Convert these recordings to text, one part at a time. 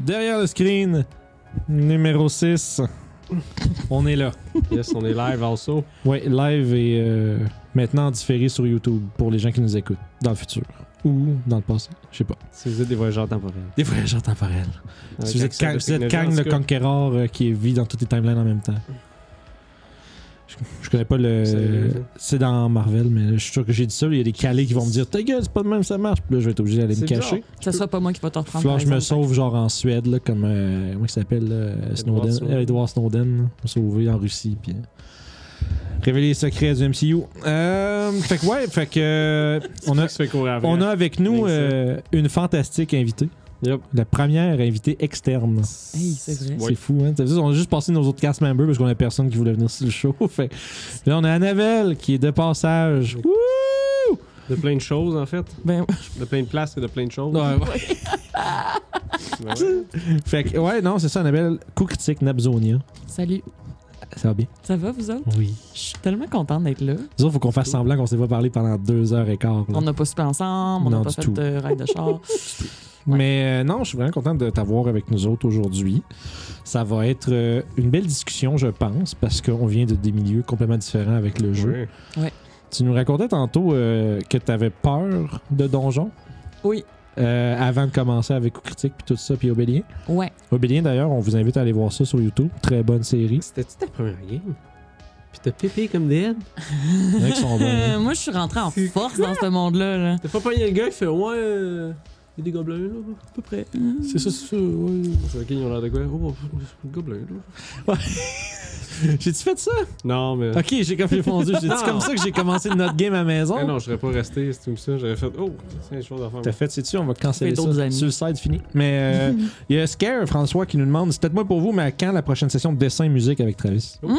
Derrière le screen, numéro 6. On est là. Yes, on est live also. Ouais, live et euh, maintenant différé sur YouTube pour les gens qui nous écoutent dans le futur ou dans le passé. Je sais pas. Si vous êtes des voyageurs temporels. Des voyageurs temporels. Avec Si vous êtes, accès à Kang, la vous êtes technologie, Kang en le tout cas. conquérant euh, qui vit dans toutes les timelines en même temps. Je, je connais pas Ça, le. euh, C'est dans Marvel, mais je suis sûr que j'ai dit ça. Il y a des calés qui vont me dire Ta gueule, c'est pas de même, ça marche. Puis là, je vais être obligé d'aller me C'est cacher. bizarre. Que ce soit pas moi qui va te reprendre. Flash par me exemple. sauve, genre en Suède, là, comme. euh, comment il s'appelle là, euh, Snowden. Snowden. euh, Edward Snowden. là, me sauver en Russie. Puis. euh, révéler les secrets du MCU. Euh, fait que, ouais, fait que. euh, on, a, Ça fait courir après. on a avec nous Avec ça. euh, une fantastique invitée. Yep. La première invitée externe. Hey, c'est vrai. C'est fou, hein? T'as vu, on a juste passé nos autres cast members parce qu'on a personne qui voulait venir sur le show. Fait que Là, on a Annabelle qui est de passage. Wouh! De plein de choses, en fait. Ben, De plein de places et de plein de choses. Ouais, ouais. Ben ouais. Fait que, ouais, non, c'est ça, Annabelle. Coup critique, Nabzonia. salut. Ça va bien? Ça va, vous autres? Oui. Je suis tellement contente d'être là. Nous autres, faut qu'on fasse semblant qu'on s'est pas parlé pendant deux heures et quart. là. On n'a pas super ensemble, on Non, n'a pas du fait tout. de ride de char. ouais. Mais euh, non, je suis vraiment content de t'avoir avec nous autres aujourd'hui. Ça va être euh, une belle discussion, je pense, parce qu'on vient de des milieux complètement différents avec le jeu. Ouais. Tu nous racontais tantôt euh, que t'avais peur de donjons. Oui, Euh, avant de commencer avec Coup Critique, puis tout ça, puis Obélien. ouais. Obélien, d'ailleurs, on vous invite à aller voir ça sur YouTube. Très bonne série. C'était-tu ta première game? Puis t'as pépé comme dead? Il y en a qui sont bons, hein. Euh, moi, je suis rentrée en C'est force dans ce monde-là. là. T'as pas pogné le gars qui fait Ouais, euh, il y a des gobelins là, à peu près. C'est ça, c'est ça, ouais. C'est ok, ils ont l'air de quoi? Oh, c'est des gobelins là. J'ai-tu fait ça? Non, mais. Ok, j'ai comme fondu. C'est Non. comme ça que j'ai commencé notre game à la Ah maison. non, je serais pas resté, c'est tout ça. J'aurais fait Oh, c'est des choses à faire. T'as fait, sais-tu, on va canceller Fais ça. d'autres amis. Sur le site, fini. Mais euh, il y a Scare, François, qui nous demande c'est peut-être moi pour vous, mais à quand la prochaine session de dessin et musique avec Travis Non,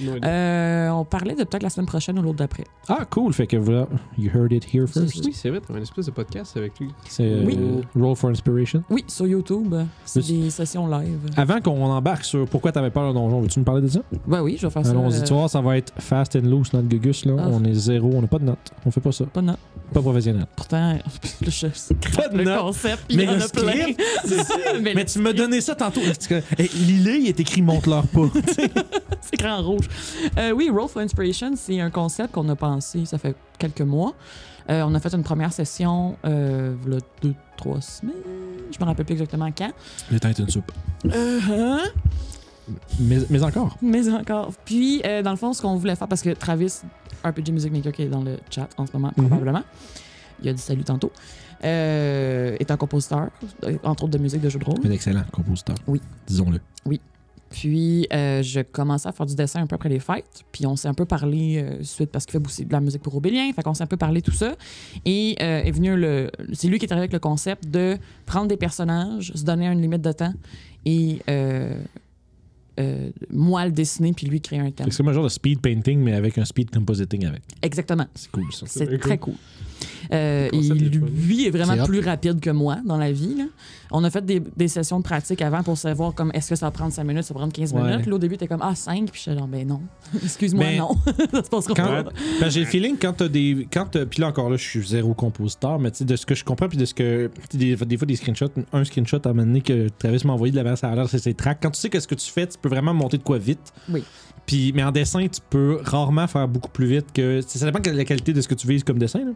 il- Euh, on parlait de peut-être la semaine prochaine ou l'autre d'après. Ah, cool. Fait que voilà, you heard it here first. Oui, Euh, c'est vrai, t'avais une espèce de podcast avec lui. C'est euh, Oui. Roll for Inspiration. Oui, sur YouTube. C'est Juste- des sessions live. Avant qu'on embarque sur pourquoi t'avais peur d'un donjon, veux-tu nous parler de ça? Ben oui, je vais faire ça. Allons-y, euh, tu vois, ça va être fast and loose, notre gugus. Là. Ah. On est zéro, on n'a pas de notes. On fait pas ça. Pas de notes. Pas professionnel. Pourtant, je Pas de le notes. concept, il y en a plein. Mais Mais tu m'as donné ça tantôt. L'île, il est écrit monte-leur pas. C'est grand rouge. Euh, oui, Roll for Inspiration, c'est un concept qu'on a pensé, ça fait quelques mois. Euh, on a fait une première session, euh, voilà deux, trois semaines. Je me rappelle plus exactement quand. Le temps est une soupe. Euh, hein? Mais, mais encore. Mais encore. Puis, euh, dans le fond, ce qu'on voulait faire, parce que Travis, RPG Music Maker, qui est dans le chat en ce moment, Mhm. probablement, il a dit salut tantôt, euh, est un compositeur, euh, entre autres de musique de jeux de rôle. Un excellent compositeur. Oui. Disons-le. Puis, euh, je commençais à faire du dessin un peu après les fêtes. Puis, on s'est un peu parlé euh, suite parce qu'il fait aussi de la musique pour Obélien. Fait qu'on s'est un peu parlé tout ça. Et euh, est venu le. C'est lui qui est arrivé avec le concept de prendre des personnages, se donner une limite de temps et euh, euh, moi le dessiner, puis lui créer un thème. C'est comme un genre de speed painting, mais avec un speed compositing avec. Exactement. C'est cool, ça. C'est C'est bien très cool. Euh, Le concept et est fun. lui est C'est hot. vraiment plus rapide que moi dans la vie. là. On a fait des, des sessions de pratique avant pour savoir comme est-ce que ça va prendre 5 minutes, ça va prendre 15 Ouais. minutes. Puis Là, au début, t'es comme Ah, 5. Puis j'étais genre, ben non. Excuse-moi, Ben, non. ça se passera Quand, pas. parce que j'ai le feeling quand t'as des. Quand t'as- puis là encore là, je suis zéro compositeur, mais tu sais, de ce que je comprends, puis de ce que. tu sais, Des, des fois, des screenshots, un screenshot à un moment donné que Travis m'a envoyé de l'avant, ça a l'air, c'est ses tracks. Quand tu sais qu'est-ce que tu fais, tu peux vraiment monter de quoi vite. Oui. Puis, mais en dessin, tu peux rarement faire beaucoup plus vite que. tu sais, Ça dépend de la qualité de ce que tu vises comme dessin, là.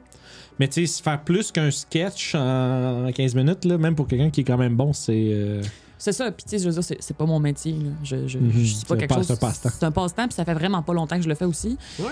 Mais tu sais, se faire plus qu'un sketch en 15 minutes, là, même pour quelqu'un qui est quand même bon, c'est. euh, C'est ça. Puis tu sais, je veux dire, c'est- c'est pas mon métier. là. Je, je, Mhm. je suis C'est un pas quelque pas- chose. c'est un passe-temps. C'est un passe-temps. Puis ça fait vraiment pas longtemps que je le fais aussi. Ouais.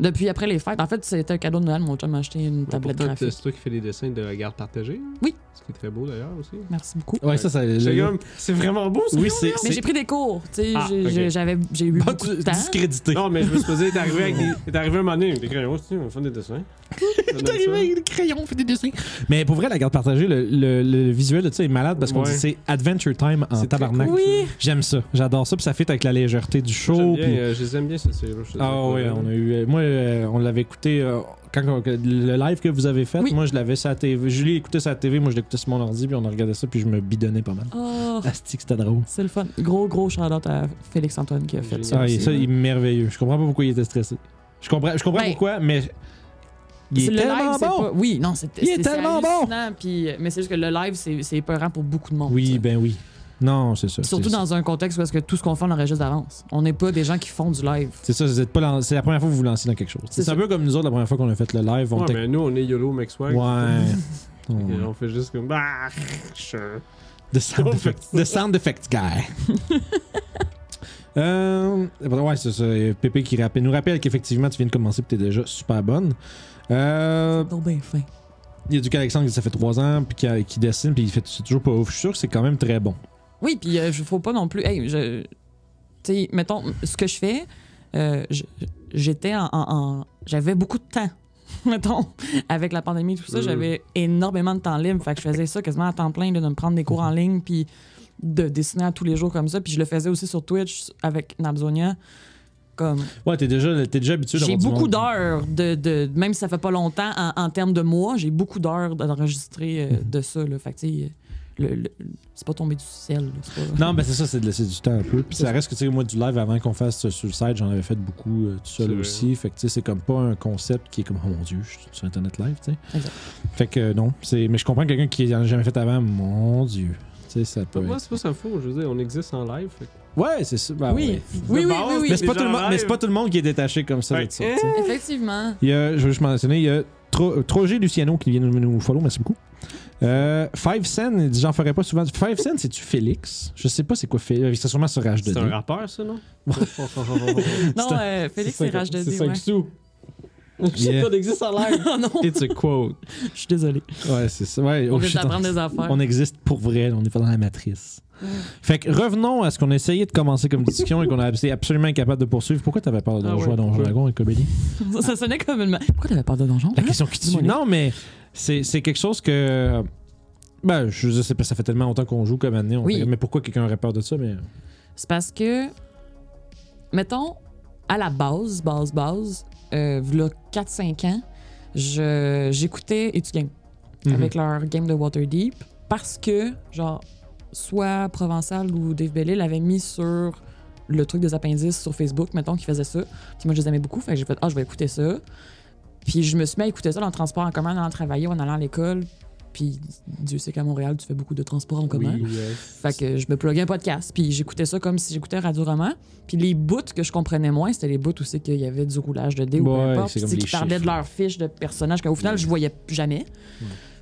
Depuis après les fêtes. En fait, c'était un cadeau de Noël. Mon chum m'a acheté une Mais tablette pourtant, graphique. C'est toi qui fais les dessins de la garde partagée. hein? Oui. Ce qui est très beau d'ailleurs aussi. Merci Ah, beaucoup. Ouais, ça, ça. C'est le- comme, c'est vraiment beau ça. oui, c'est. Mais c'est- j'ai pris des cours. Tu sais, Ah, j'ai- ok. j'ai- j'avais- j'ai eu Ah, beaucoup tu- de temps. discrédité. Non, mais je me suis posé, t'es arrivé avec des. T'es arrivé un moment donné, t'es crayons, tu sais, on fait des dessins. T'es arrivé avec des crayons, fait des dessins. Mais pour vrai, la garde partagée, le, le- le visuel de ça est malade parce qu'on Ouais. dit c'est Adventure Time en C'est très tabarnak. cool. Oui. J'aime ça, j'adore ça, puis ça fait avec la légèreté du J'aime show. bien, puis- euh, je les aime bien, ça, c'est là, je sais Ah pas, ouais, euh, on a eu. euh, Moi, euh, on l'avait écouté euh, quand on- que- le live que vous avez fait. Oui. Moi, je l'avais sur la TV. Julie écoutait sa TV, moi je l'écoutais sur mon ordi, puis on regardait ça, puis je me bidonnais pas mal. Oh. Astique, c'était drôle. C'est le fun. Gros, gros shout-out à Félix-Antoine qui a fait Génial. ça. Ah, aussi. il- ça, il est merveilleux. Je comprends pas pourquoi il était stressé. Je comprends, je comprends Ben- pourquoi, mais Ah, Il est, C'est- le live, tellement c'est bon! pas- Oui, non, c'est Il est c'est- c'est tellement bon! hallucinant, puis- euh, mais c'est juste que le live, c'est c'est épeurant pour beaucoup de monde. tu Oui, sais. ben oui. Non, c'est ça. Puis c'est- Surtout dans un contexte où est-ce que tout ce qu'on fait, on l'enregistre d'avance. On n'est pas des gens qui font du live. C'est ça, vous êtes pas lan- c'est la première fois que vous vous lancez dans quelque chose. C'est C'est un ça. peu comme nous autres, la première fois qu'on a fait le live. On Ouais, t'a- mais nous, on est YOLO Max Wag. ouais. Fait que Ouais. On fait juste comme. Bah, sure. The sound, effect, the sound effects guy. Euh, ouais, c'est ça. euh, Pépé qui rappelle, nous rappelle qu'effectivement, tu viens de commencer et t'es déjà super bonne. Euh, Donc, ben, fin. il y a du Alexandre qui ça fait 3 ans, puis qui, a- qui dessine, puis il fait c'est toujours pas ouf. Je suis sûr que c'est quand même très bon. Oui, puis il faut pas non plus. Hey, je. Tu sais, mettons, ce que je fais, euh, je- j'étais en. en- en- j'avais beaucoup de temps. Mettons, avec la pandémie et tout ça, Mm. j'avais énormément de temps libre. Fait que je faisais ça quasiment à temps plein, là, de me prendre des cours en ligne, puis de dessiner à tous les jours comme ça. Puis je le faisais aussi sur Twitch avec Nabzonia. Comme, Ouais, t'es déjà, t'es déjà habitué j'ai d'avoir du beaucoup monde. d'heures, de, de- même si ça fait pas longtemps, en, en termes de mois, j'ai beaucoup d'heures d'enregistrer euh, Mm. de ça. Là. Fait que, tu sais, le, le- c'est pas tombé du ciel. là, c'est pas- Non, mais c'est ça, c'est de laisser du temps un peu. Puis ça reste que, tu sais, moi, du live avant qu'on fasse ce- sur le site, j'en avais fait beaucoup euh, tout C'est seul vrai. aussi. Fait que, tu sais, c'est comme pas un concept qui est comme, oh mon dieu, je suis sur Internet live, tu sais. Exact. Fait que euh, non, c'est. Mais je comprends quelqu'un qui en a jamais fait avant, mon dieu. Tu sais, ça peut. Pour moi, être- c'est pas ça faux. Je veux dire, on existe en live. fait que- Ouais, c'est ça. bah ouais. Oui, oui, oui, De oui, base, oui. Mais c'est pas, Déjà tout le en monde- mais c'est live. pas tout le monde qui est détaché comme ça. Ouais. de ça, tu sais. Effectivement. Il y a, je veux juste mentionner, il y a Tro- euh, Troger Luciano qui vient nous, nous follow, merci beaucoup. Euh, Five Cent, il dit, j'en ferai pas souvent. Five Cent, c'est-tu Félix Je sais pas c'est quoi Félix. C'est sûrement sur Rage de C'est un rappeur, ça, non? Non, C'est euh, Félix, c'est rage de C'est dé, 5 ouais. sous. Je sais Yeah. pas d'existe en live. Oh non, It's a quote. je suis désolée. Ouais, c'est ça. Ouais, On oh, vient shit, d'apprendre des affaires. Mm. on existe pour vrai, on est pas dans la matrice. Fait que revenons à ce qu'on a essayé de commencer comme discussion et qu'on a été absolument incapable de poursuivre. Pourquoi t'avais peur de Ah ouais, jouer à Donjon pourquoi? Dragon et Comédie Ça, ça sonnait comme une... ma- Pourquoi t'avais peur de donjon? La hein? question qui tue. Dis-moi-le. Non, mais c'est c'est quelque chose que. Ben, je sais pas, ça fait tellement longtemps qu'on joue comme année. on Oui. fait- Mais pourquoi quelqu'un aurait peur de ça mais... C'est parce que, mettons, à la base, base, base, euh, v'là 4-5 ans, je- j'écoutais Etu Game Mhm. mm-hmm. avec leur game de Waterdeep parce que, genre, soit Provençal ou Dave Bellil l'avaient mis sur le truc des appendices sur Facebook, mettons, qui faisait ça. Puis moi, je les aimais beaucoup, fait que j'ai fait, ah, je vais écouter ça. Puis je me suis mis à écouter ça dans le transport en commun, en allant travailler, ou en allant à l'école. Puis Dieu sait qu'à Montréal, tu fais beaucoup de transport en commun. Fait que je me pluguais un podcast, puis j'écoutais ça comme si j'écoutais Radio Roman. Puis les bouts que je comprenais moins, c'était les bouts où c'est qu'il y avait du roulage de dés ou peu Ouais, importe, c'est puis comme c'est les qu'ils parlaient de chiffres. leurs fiches de personnages qu'au final, Ouais. je voyais jamais.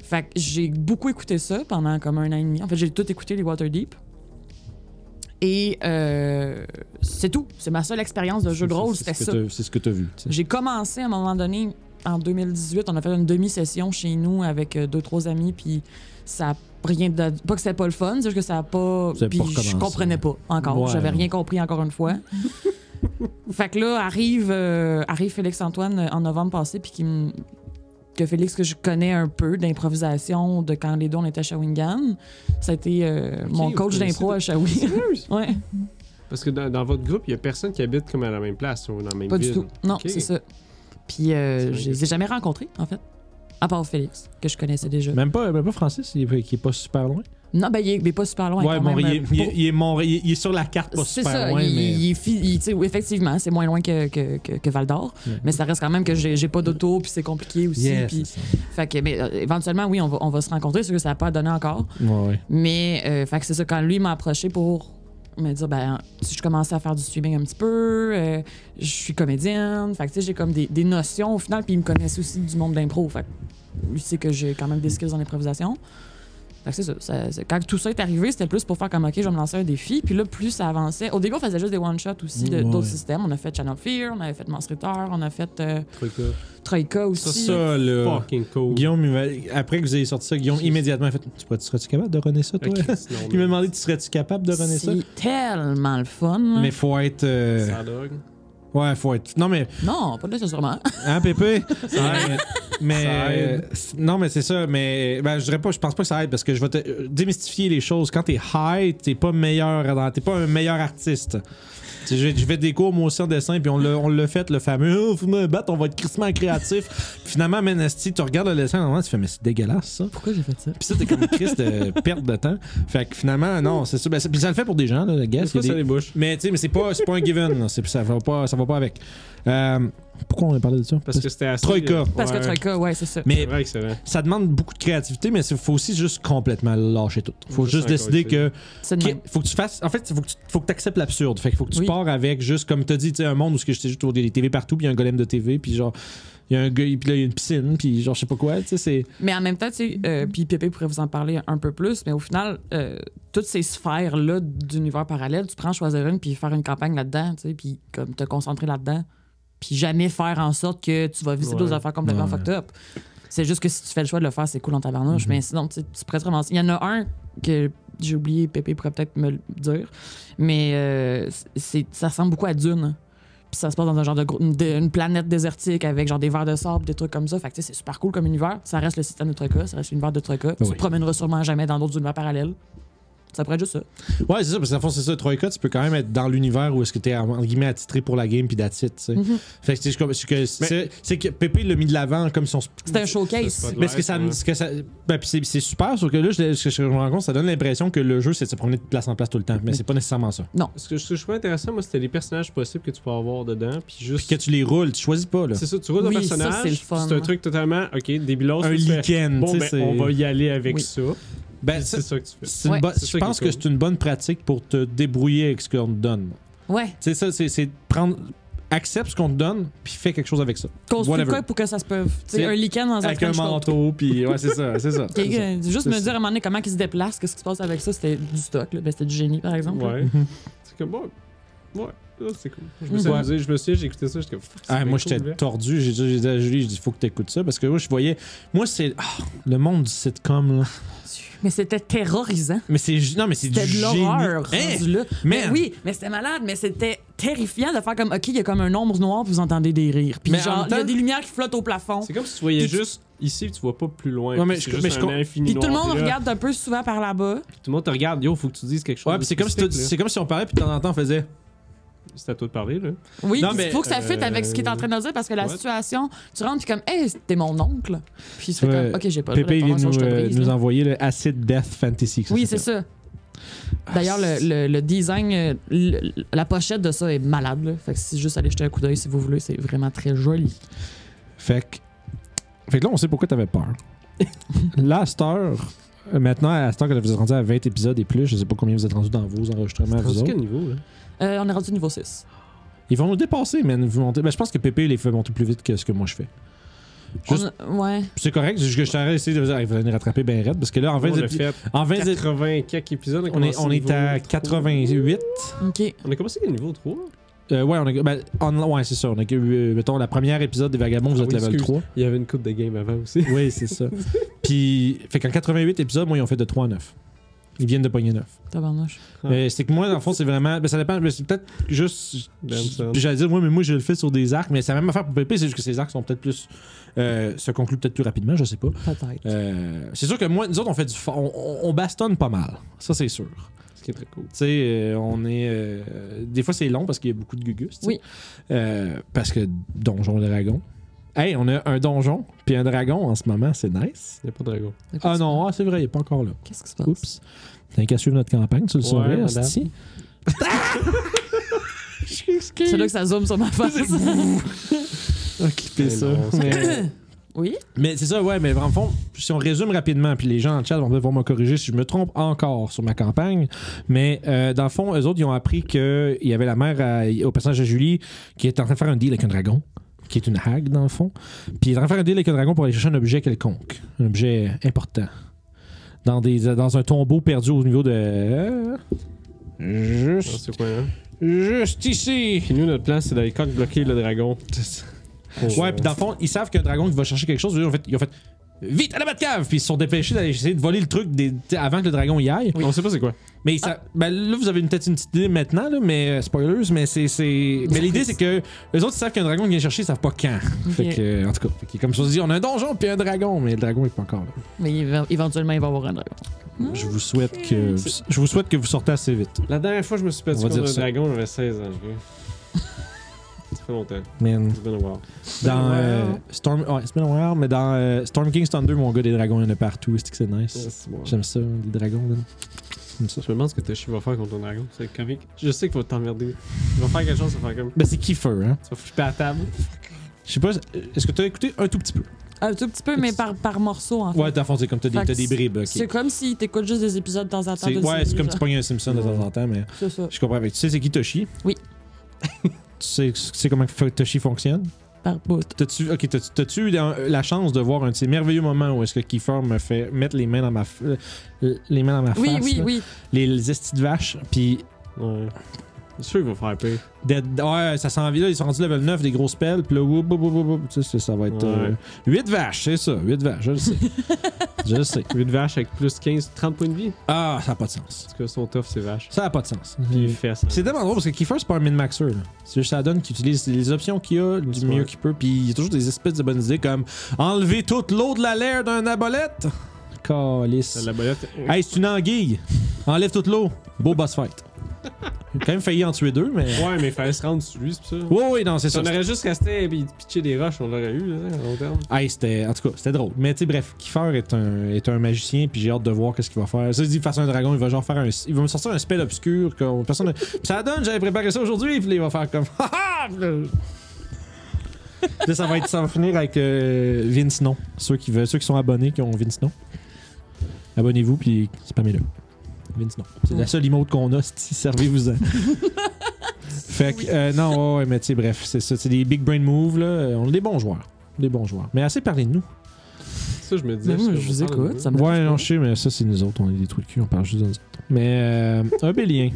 Fait que j'ai beaucoup écouté ça pendant comme un an et demi. En fait, j'ai tout écouté, les Waterdeep. Et euh, c'est tout. C'est ma seule expérience de jeu de rôle, C'est- c'était c'est ce ça. que t'as- C'est ce que t'as vu. tu sais. J'ai commencé à un moment donné, en 2018, on a fait une demi-session chez nous avec euh, deux, trois amis, puis ça a rien de... Pas que c'était pas le fun, c'est juste que ça a pas... Ça a Puis pas je recommencé. comprenais pas encore. Ouais, J'avais non. rien compris encore une fois. fait que là, arrive, euh, arrive Félix-Antoine euh, en novembre passé, puis qui me- que Félix, que je connais un peu d'improvisation de quand les deux on était à Shawingan. Ça a été euh, Ok, mon vous coach connaissez d'impro de- à Shawingan. Sérieuse? ouais, Parce que dans, dans votre groupe, il y a personne qui habite comme à la même place ou dans la même pas ville. du tout. Non, Ok. c'est ça. Puis euh, C'est je les ai jamais rencontrés, en fait. À part Félix, que je connaissais déjà. Même pas, même pas Francis, il est, qui est pas super loin. Non, ben, il est, il est pas super loin. quand bon, même. euh, il, est, il, est, Pour- il est Mont- il est- il est sur la carte pas C'est super ça, loin, il, mais. il est fi- il- tu sais, oui, effectivement, c'est moins loin que, que, que- que Val d'Or, Ouais. mais ça reste quand même que j'ai j'ai pas d'auto, puis c'est compliqué aussi. Yeah, puis- c'est ça. fait que, mais, euh, éventuellement, oui, on va, on va se rencontrer, c'est sûr que ça n'a pas donné encore. Ouais, ouais. Mais, euh, fait que c'est ça, quand lui m'a approché pour me dire, ben, si je commençais à faire du streaming un petit peu, euh, je suis comédienne, fait que tu sais, j'ai comme des, des notions au final, puis il me connaissait aussi du monde d'impro, fait que lui sait que j'ai quand même des skills en improvisation. Fait que c'est ça, ça- c'est- Quand tout ça est arrivé, c'était plus pour faire comme, OK, je vais me lancer un défi. Puis là, plus ça avançait. Au début, on faisait juste des one-shots aussi de- Ouais. d'autres systèmes. On a fait Channel Fear, on avait fait Monstre Eater, on a fait euh, Truc là. Troika Ça, aussi. ça, là. Fucking cool. Euh, Guillaume, il m'a- après que vous ayez sorti ça, Guillaume immédiatement a fait Tu pourrais- tu serais-tu capable de runner ça, Ah, toi Chris, non, Il m'a mais- demandé Tu serais-tu capable de runner ça C'est tellement le fun. là. Mais faut être. euh, Ça dog. Ouais, faut être. Non, mais. Non, pas de là, sûrement. Hein, Pépé Ça Mais- Mais. Ça aide. c'est- non, mais c'est ça. Mais. Ben, je dirais pas. Je pense pas que ça aide parce que je vais te euh, démystifier les choses. Quand t'es high, t'es pas meilleur. dans- T'es pas un meilleur artiste. Tu sais, J'ai j'ai fait des cours, moi aussi, en dessin, puis on l'a on l'a fait, le fameux oh, faut me battre, on va être crissement créatif. Puis finalement, Menesti, tu regardes le dessin, normalement, tu fais Mais c'est dégueulasse, ça. Pourquoi j'ai fait ça? Puis ça, t'es comme triste de perte de temps. Fait que finalement, non, c'est ça. Ben, ça- puis ça le fait pour des gens, là, le Des guess. fois, il y a ça des- débouche. Mais tu sais, mais c'est pas, c'est pas un given. là. C'est- Ça va pas, ça va pas avec. Euh, Pourquoi on a parlé de ça? Parce que c'était assez. euh, Troika. Parce que Ouais. Troika, ouais, c'est ça. C'est Mais vrai que c'est vrai. ça demande beaucoup de créativité, mais il faut aussi juste complètement lâcher tout. faut Juste juste décider encore essayer. que. C'est de qu'il- même. faut que tu fasses. En fait, faut que tu faut que acceptes l'absurde. Fait que faut que tu Oui. pars avec juste, comme t'as dit, tu sais, un monde où ce que j'étais juste autour des TV partout, puis il y a un golem de TV, puis genre. Il y a un gars, puis là, il y a une piscine, puis genre, je sais pas quoi, tu sais, c'est. Mais en même temps, tu sais, euh, puis Pépé pourrait vous en parler un peu plus, mais au final, euh, toutes ces sphères-là d'univers parallèle, tu prends choisir une puis faire une campagne là-dedans, tu sais, puis comme te concentrer là-dedans, puis jamais faire en sorte que tu vas visiter Ouais. d'autres affaires complètement Ouais. fucked up. C'est juste que si tu fais le choix de le faire, c'est cool en tabarnouche, Mhm. mais sinon, tu sais, tu pourrais te ramasser. Il y en a un que j'ai oublié, Pépé pourrait peut-être me le dire, mais euh, c'est, ça ressemble beaucoup à Dune. hein. Puis ça se passe dans un genre de, gros- de- une planète désertique avec genre des vers de sable, des trucs comme ça. Fait que tu sais, c'est super cool comme univers. Ça reste le système de Troika, ça reste l'univers de Troika. Tu oui. te promèneras sûrement jamais dans d'autres univers parallèles. Ça pourrait être juste ça. Ouais, c'est ça, parce qu'en fond, c'est ça, Troika, tu peux quand même être dans l'univers où est-ce que t'es, en guillemets, attitré pour la game, puis d'attit, tu sais. Mm. Fait que, tu sais, je- comme- c'est que, c'est- c'est que Pépé l'a mis de l'avant comme son. C'est un showcase. spot. Mais ce que ça. Ouais. ce que ça ben, puis c'est, c'est super, sauf que là, je, ce que je me rends compte, ça donne l'impression que le jeu, c'est de se promener de place en place tout le temps. Mais c'est pas nécessairement ça. Ce que ce que je trouvais intéressant, moi, c'était les personnages possibles que tu peux avoir dedans. Puis Puis juste. que tu les roules, tu choisis pas, là. C'est ça, tu vois un Oui, ça, personnage. c'est le fun. un truc totalement. Ok, débilos. un tu fais, lichen, Bon, tu ben, sais. on va y aller avec Oui. ça. Ben, C'est ça, ça que tu fais. c'est une Ouais. bonne- C'est ça Je qui est pense que cool. c'est une bonne pratique pour te débrouiller avec ce qu'on te donne. Ouais. Tu sais, ça, c'est, c'est prendre. Accepte ce qu'on te donne, puis fais quelque chose avec ça. Construis Whatever. quoi pour que ça se peut. Tu C'est- sais, un lichen dans un Avec un trench coat. manteau, puis ouais, c'est ça, c'est ça. Ok, c'est ça. euh, juste C'est me ça. dire à un moment donné comment il se déplace, qu'est-ce qui se passe avec ça, c'était du stock, là. Ben, c'était du génie par exemple. là. Ouais. Mhm. C'est comme bon. Ouais, ça, c'est cool. Je me Mhm. suis Ouais. amusé, je me suis dit, j'ai écouté ça, j'étais comme fuck. c'est Ah, bien moi, cool, j'étais là. tordu. J'ai dit, j'ai dit à Julie, j'ai dit, faut que t'écoutes ça. Parce que moi, je voyais. Moi, c'est. ah, le monde du sitcom, là. Mais c'était terrorisant. Mais c'est. ju- Non, mais c'est du C'était de l'horreur génie. Hein? rendu là. Mais Man. oui, mais c'était malade, mais c'était terrifiant de faire comme OK, il y a comme un ombre noire, puis vous entendez des rires. Puis Mais en genre, même il y a temps- des lumières qui flottent au plafond. C'est comme si tu voyais Puis tu- juste ici et tu vois pas plus loin. Ouais, mais Puis je- c'est mais juste je com- un infini Puis tout le noir, monde puis là, regarde un peu souvent par là-bas. Tout le monde te regarde. Yo, faut que tu dises quelque chose. Ouais, puis c'est de comme, si t'as- spécifique, c'est comme si on parlait, puis de temps en temps, on faisait. là. C'est à toi de parler, là. Oui, Non, puis mais, il faut que ça fitte euh, avec ce qu'il est en train de dire parce que la ouais. situation, tu rentres puis comme hey, t'es mon oncle. Puis c'est Ouais, comme OK, j'ai pas le droit Pépé de vient prendre son nous, je te euh, brise, nous là. envoyer le Acid Death Fantasy. que ça Oui, c'est s'appelle. ça. D'ailleurs, le, le- le design, euh, le- la pochette de ça est malade. là. Fait que c'est juste aller jeter un coup d'œil si vous voulez, c'est vraiment très joli. Fait que. Fait que là, on sait pourquoi t'avais peur. là, à cette heure. euh, Maintenant, à cette heure que vous êtes rendu à 20 épisodes et plus, je sais pas combien vous êtes rendu dans vos enregistrements. Vous Rendu autres. quel niveau, là Euh, on est rendu niveau 6. Ils vont nous dépasser, man. Vous montez... ben, je pense que Pépé les fait monter plus vite que ce que moi je fais. Juste- On a- ouais. C'est correct, c'est juste que je t'aurais essayé de vous dire, Hey, vous allez nous rattraper bien ben raide parce que là, en 20 On a épi- fait en 20 épi- 80 quelques épisodes. on a est, commencé on est niveau à trois. 88. OK. On a commencé à niveau 3. Euh, ouais, on a, ben, en- ouais, c'est ça. On a, eu, euh, mettons, la première épisode des Vagabonds, vous Ah êtes oui, level excuse. 3. Il y avait une coupe de game avant aussi. Oui, c'est ça. Puis, fait qu'en 88 épisodes, moi, ils ont fait de 3 à 9. Ils viennent de pogner 9. Tabarnouche. Ah. Mais c'est que moi, dans le fond, c'est vraiment. ben, ça dépend. mais c'est peut-être juste. Benson. J'allais dire, moi, mais moi, je le fais sur des arcs. Mais c'est la même affaire pour Pépé, c'est juste que ces arcs sont peut-être plus. euh, se concluent peut-être plus rapidement, je sais pas. Peut-être. Euh, c'est sûr que moi, nous autres, on fait du fa- on, on- on bastonne pas mal. Ça, c'est sûr. Ce qui est très cool. Tu sais, euh, on est. euh, des fois, c'est long parce qu'il y a beaucoup de gugus. tu sais. Oui. Euh, parce que donjon dragon. Hey, on a un donjon puis un dragon en ce moment, c'est nice. Il n'y a pas de dragon. Ah De quoi tu parles? non, ah, c'est vrai, il n'est pas encore là. Qu'est-ce qui se passe? Oups. T'as qu'à suivre notre campagne, tu le Ouais, saurais, madame. hostie. C'est là que ça zoome sur ma face. Occuper Mais ça. non, c'est- Mais, oui? mais c'est ça, ouais, mais en fond, si on résume rapidement, puis les gens en chat vont pouvoir me corriger si je me trompe encore sur ma campagne, mais euh, dans le fond, eux autres, ils ont appris qu'il y avait la mère à- au personnage de Julie qui est en train de faire un deal avec un dragon, qui est une hague, dans le fond, puis il est en train de faire un deal avec un dragon pour aller chercher un objet quelconque, un objet important, dans, des, dans un tombeau perdu au niveau de... euh, Non, Juste, C'est quoi, hein? juste ici. Puis nous, notre plan, c'est d'aller coq bloquer le dragon. Pour, Ouais, puis dans le fond, ils savent qu'un dragon qui va chercher quelque chose, ils ont fait, ils ont fait vite à la cave Puis ils se sont dépêchés d'aller essayer de voler le truc des- t'sais, avant que le dragon y aille. euh, On sait pas c'est quoi. Mais ça, ben là, vous avez une- peut-être une petite idée maintenant, là, mais euh, spoilers, mais c'est. c'est- Mais l'idée, c'est que les autres, ils savent qu'un dragon vient chercher, ils savent pas quand. Fait Ok. que, euh, en tout cas, fait que comme ça, on se dit, on a un donjon puis un dragon, mais le dragon est pas encore là. Mais éve- éventuellement, il va y avoir un dragon. Hmm? Je vous souhaite que. Je vous souhaite que vous sortez assez vite. La dernière fois, je me suis On perdu va contre dire un ça. dragon, j'avais 16 ans, le gars. Ça fait longtemps. Man. It's been a while. Dans Wow. euh, Storm. Ouais, it's been a while, mais dans euh, Storm King's Thunder, mon gars, des dragons, il y en a partout. C'est que c'est nice. Yes, wow. J'aime ça, les dragons, là. J'aime ça. Je me demande ce que Toshi va faire contre un dragon. C'est comique. Je sais qu'il va t'emmerder. Il va faire quelque chose, ça va faire comme. Ben, c'est Kiefer, hein. Tu vas flipper à la table. Je sais pas, euh, est-ce que t'as écouté un tout petit peu? Un tout petit peu, mais par, par morceau, en fait. Ouais, dans le fond, c'est comme t'as des, Fait que t'as des bribes. ok. C'est comme si t'écoutes juste des épisodes de temps en temps. C'est- d'une Ouais, c'est série, comme genre. tu pognes un Simpson de temps en temps, mais C'est ça. je comprends avec. Tu sais, c'est qui Toshi? Oui. tu, sais, tu sais comment que Toshi fonctionne? Par bout. T'as-tu ok, t'as-tu- t'as-tu eu la la chance de voir un de ces merveilleux moments où est-ce que Kiefer me fait mettre les mains dans ma, f- euh, les mains dans ma Oui, face? oui, là, oui. Les, les estis de vache, puis Ouais. C'est sûr qu'il va faire pire. Dead- ouais, ça s'en vient là, ils sont rendus level 9, des grosses pelles, puis là, whoop, whoop, whoop, whoop, whoop, tu sais, ça, ça va être. Ouais. 8 vaches, c'est ça, 8 vaches, je le sais. je le sais. Une vache avec plus 15, 30 points de vie. Ah, ça n'a pas de sens. En tout cas, sont tough, ces vaches. Ça n'a pas de sens. Puis fesses. C'est tellement drôle parce que Kiefer, c'est pas un min-maxer. là. C'est juste ça donne qu'il utilise les options qu'il a du Ouais. mieux qu'il peut, puis il y a toujours des espèces de bonnes idées comme enlever toute l'eau de la laire d'un abolette. Calice. La bolette. Hey, c'est une anguille. Enlève toute l'eau. Beau boss fight. J'ai quand même failli en tuer deux, mais. Ouais, mais il fallait se rendre sur lui, c'est pour ça. Oui, oui, non, c'est Si ça. on aurait juste resté et pitché des roches, on l'aurait eu, là, à long terme. Hey, c'était. En tout cas, c'était drôle. Mais tu sais, bref, Kiefer est un, est un magicien, puis j'ai hâte de voir qu'est-ce qu'il va faire. Ça, il dit face à un dragon, il va genre faire un. Il va me sortir un spell obscur. qu'on- Personne. Puis ça donne, j'avais préparé ça aujourd'hui, puis là, il va faire comme. Ha ha! Puis là- Là, ça va, être, ça va finir avec euh, Vince Non. Ceux qui, veulent, ceux qui sont abonnés, qui ont Vince Non. Abonnez-vous, puis spammez-le. Vince Non. C'est la seule emote qu'on a, si servez-vous-en. fait que, euh, non, ouais, ouais, mais tu sais, bref, c'est ça. C'est des big brain moves, là. Euh, On est des bons joueurs. Des bons joueurs. Mais assez parlé de nous. Ça, je me disais. Mais moi, parce je qu'on vous parle de écoute. Ça me Ouais, dérange non, je sais, mais ça, c'est nous autres. On est des trucs de cul, on parle juste de nous autres. Mais, euh, un bélien.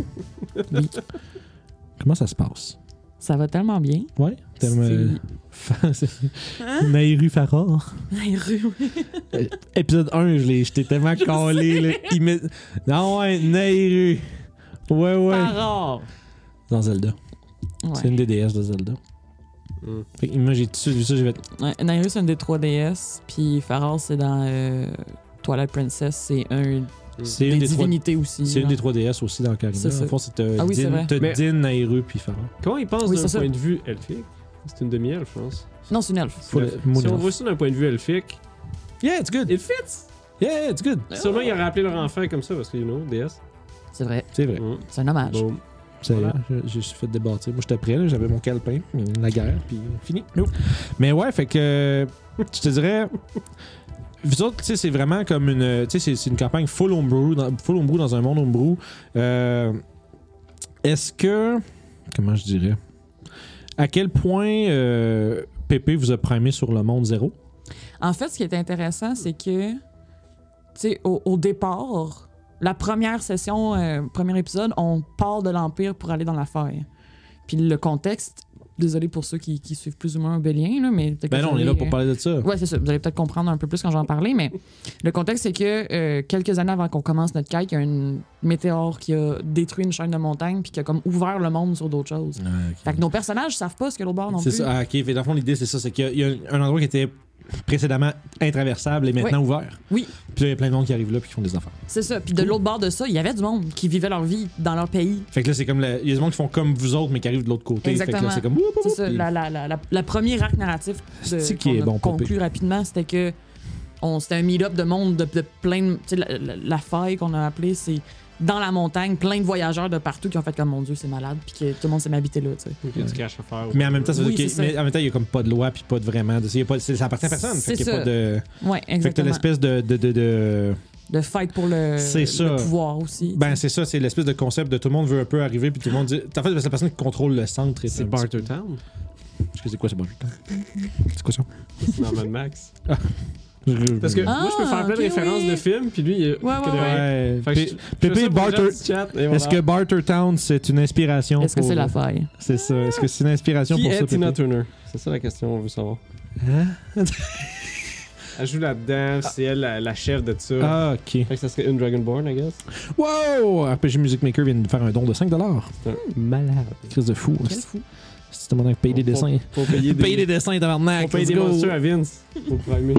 Comment ça se passe? pas. Ça va tellement bien. Ouais? T'aimes. euh, fa- c'est- Nairu Farrar. Épisode 1, je l'ai- j'étais tellement collé, là. Il met- Non, ouais, Nairu. Ouais, ouais. Pas rare. Dans Zelda. C'est Ouais. une DDS de Zelda. Hum. Fait que moi, j'ai tout de suite vu ça, j'ai fait. Ouais, Nairu, c'est un des 3DS. Puis Farrell, c'est dans euh, Twilight Princess. C'est un C'est des, une des trois. divinités aussi. C'est une genre. des 3DS aussi dans Karina. C'est ça. En fond, c'est euh, Ah oui, c'est Din, vrai. t'as Mais- Din, Nairu, puis Farrar. Comment il pense Oui, d'un c'est ça. point de vue elfique C'est une demi-elfe, je pense. Non, c'est une elfe. Faut le- Si moon on elf. voit ça d'un point de vue elfique, Yeah, it's good. it fits Yeah, it's Ben good. Sûrement, ils auraient appelé leur enfant comme ça parce que, you know, DS. C'est vrai. C'est vrai. Hum. C'est un hommage. Boom. Ça y est, Voilà. je- je suis fait débattre. Moi, j'étais prêt, là, j'avais mon calepin, la guerre, puis fini. No. Mais ouais, fait que je te dirais. Vous autres, tu sais, c'est vraiment comme une. Tu sais, c'est- c'est une campagne full homebrew, dans, full homebrew dans un monde homebrew. Euh, Est-ce que. Comment je dirais À quel point euh, Pépé vous a primé sur le monde zéro En fait, ce qui est intéressant, c'est que, tu sais, au, au départ, la première session, euh, premier épisode, on part de l'Empire pour aller dans la faille. Puis le contexte, désolé pour ceux qui, qui suivent plus ou moins Obélien, là, mais. peut-être Ben que non, vous on est là allez, pour euh, parler de ça. Ouais, c'est ça. Vous allez peut-être comprendre un peu plus quand j'en parlais, mais le contexte, c'est que euh, quelques années avant qu'on commence notre quête, il y a une météore qui a détruit une chaîne de montagne puis qui a comme ouvert le monde sur d'autres choses. Fait que nos personnages savent pas ce que l'autre bord non C'est plus. ça. Ah, ok, fait, dans le fond, l'idée, c'est ça c'est qu'il y a- il y a un endroit qui était précédemment intraversable et maintenant ouvert. Oui. Puis là, il y a plein de monde qui arrive là puis qui font des affaires. C'est ça. Puis de l'autre bord de ça, il y avait du monde qui vivait leur vie dans leur pays. Fait que là, c'est comme. la- Il y a des gens qui font comme vous autres, mais qui arrivent de l'autre côté. Fait que Exactement. là, c'est comme. Oup, oup, C'est oup, ça, puis- la, la, la, la, la premier arc narratif de C'est-tu qui est qu'on a bon, Popé? conclu rapidement, c'était que on c'était un meet-up de monde de, de plein de, tu sais, la, la- la faille qu'on a appelée, c'est dans la montagne, plein de voyageurs de partout qui ont fait comme mon dieu, c'est malade, puis que tout le monde s'est m'habiter là, tu sais. Il y a du cash à faire. Mais en même temps, ça veut Oui, dire c'est qu'il ça. mais en même temps, il y a comme pas de loi puis pas de vraiment. de- il y a pas- c'est- ça appartient à personne. Fait C'est qu'il y a ça. pas de. Fait Ouais, que t'as exactement. l'espèce de. de, de, de- de fight pour le, C'est le ça. pouvoir aussi. Ben, c'est ça, c'est l'espèce de concept de tout le monde veut un peu arriver puis tout le monde dit. En fait, c'est la personne qui contrôle le centre. est C'est un petit peu- Barter Town. Excusez, C'est quoi ce barter? C'est quoi ça? C'est Norman Max. Parce que Ouais. moi, je peux faire plein Ah, ok, de références oui. de films, puis lui, il. Ouais, ouais, ouais. Fait que je- je fais Pépé ça pour les gens Barter- du chat, et voilà. Est-ce que Barter Town, c'est une inspiration Est-ce que pour- c'est la faille? C'est ça. Est-ce que c'est une inspiration Qui pour est ça? Tina Pépé? Turner C'est ça la question, on veut savoir. Hein? Elle joue là-dedans, c'est elle la, la chef de ça. Ah, ok. Fait que ça serait une Dragonborn, I guess. Wow! RPG Music Maker vient de faire un don de 5$. C'est un malade. Crise de fou. Quel fou. C'est tellement dingue. Paye des Faut- dessins. Faut payer des, Paye des dessins, faut tabarnak. payer let's des go. monstres à Vince. Faut primer.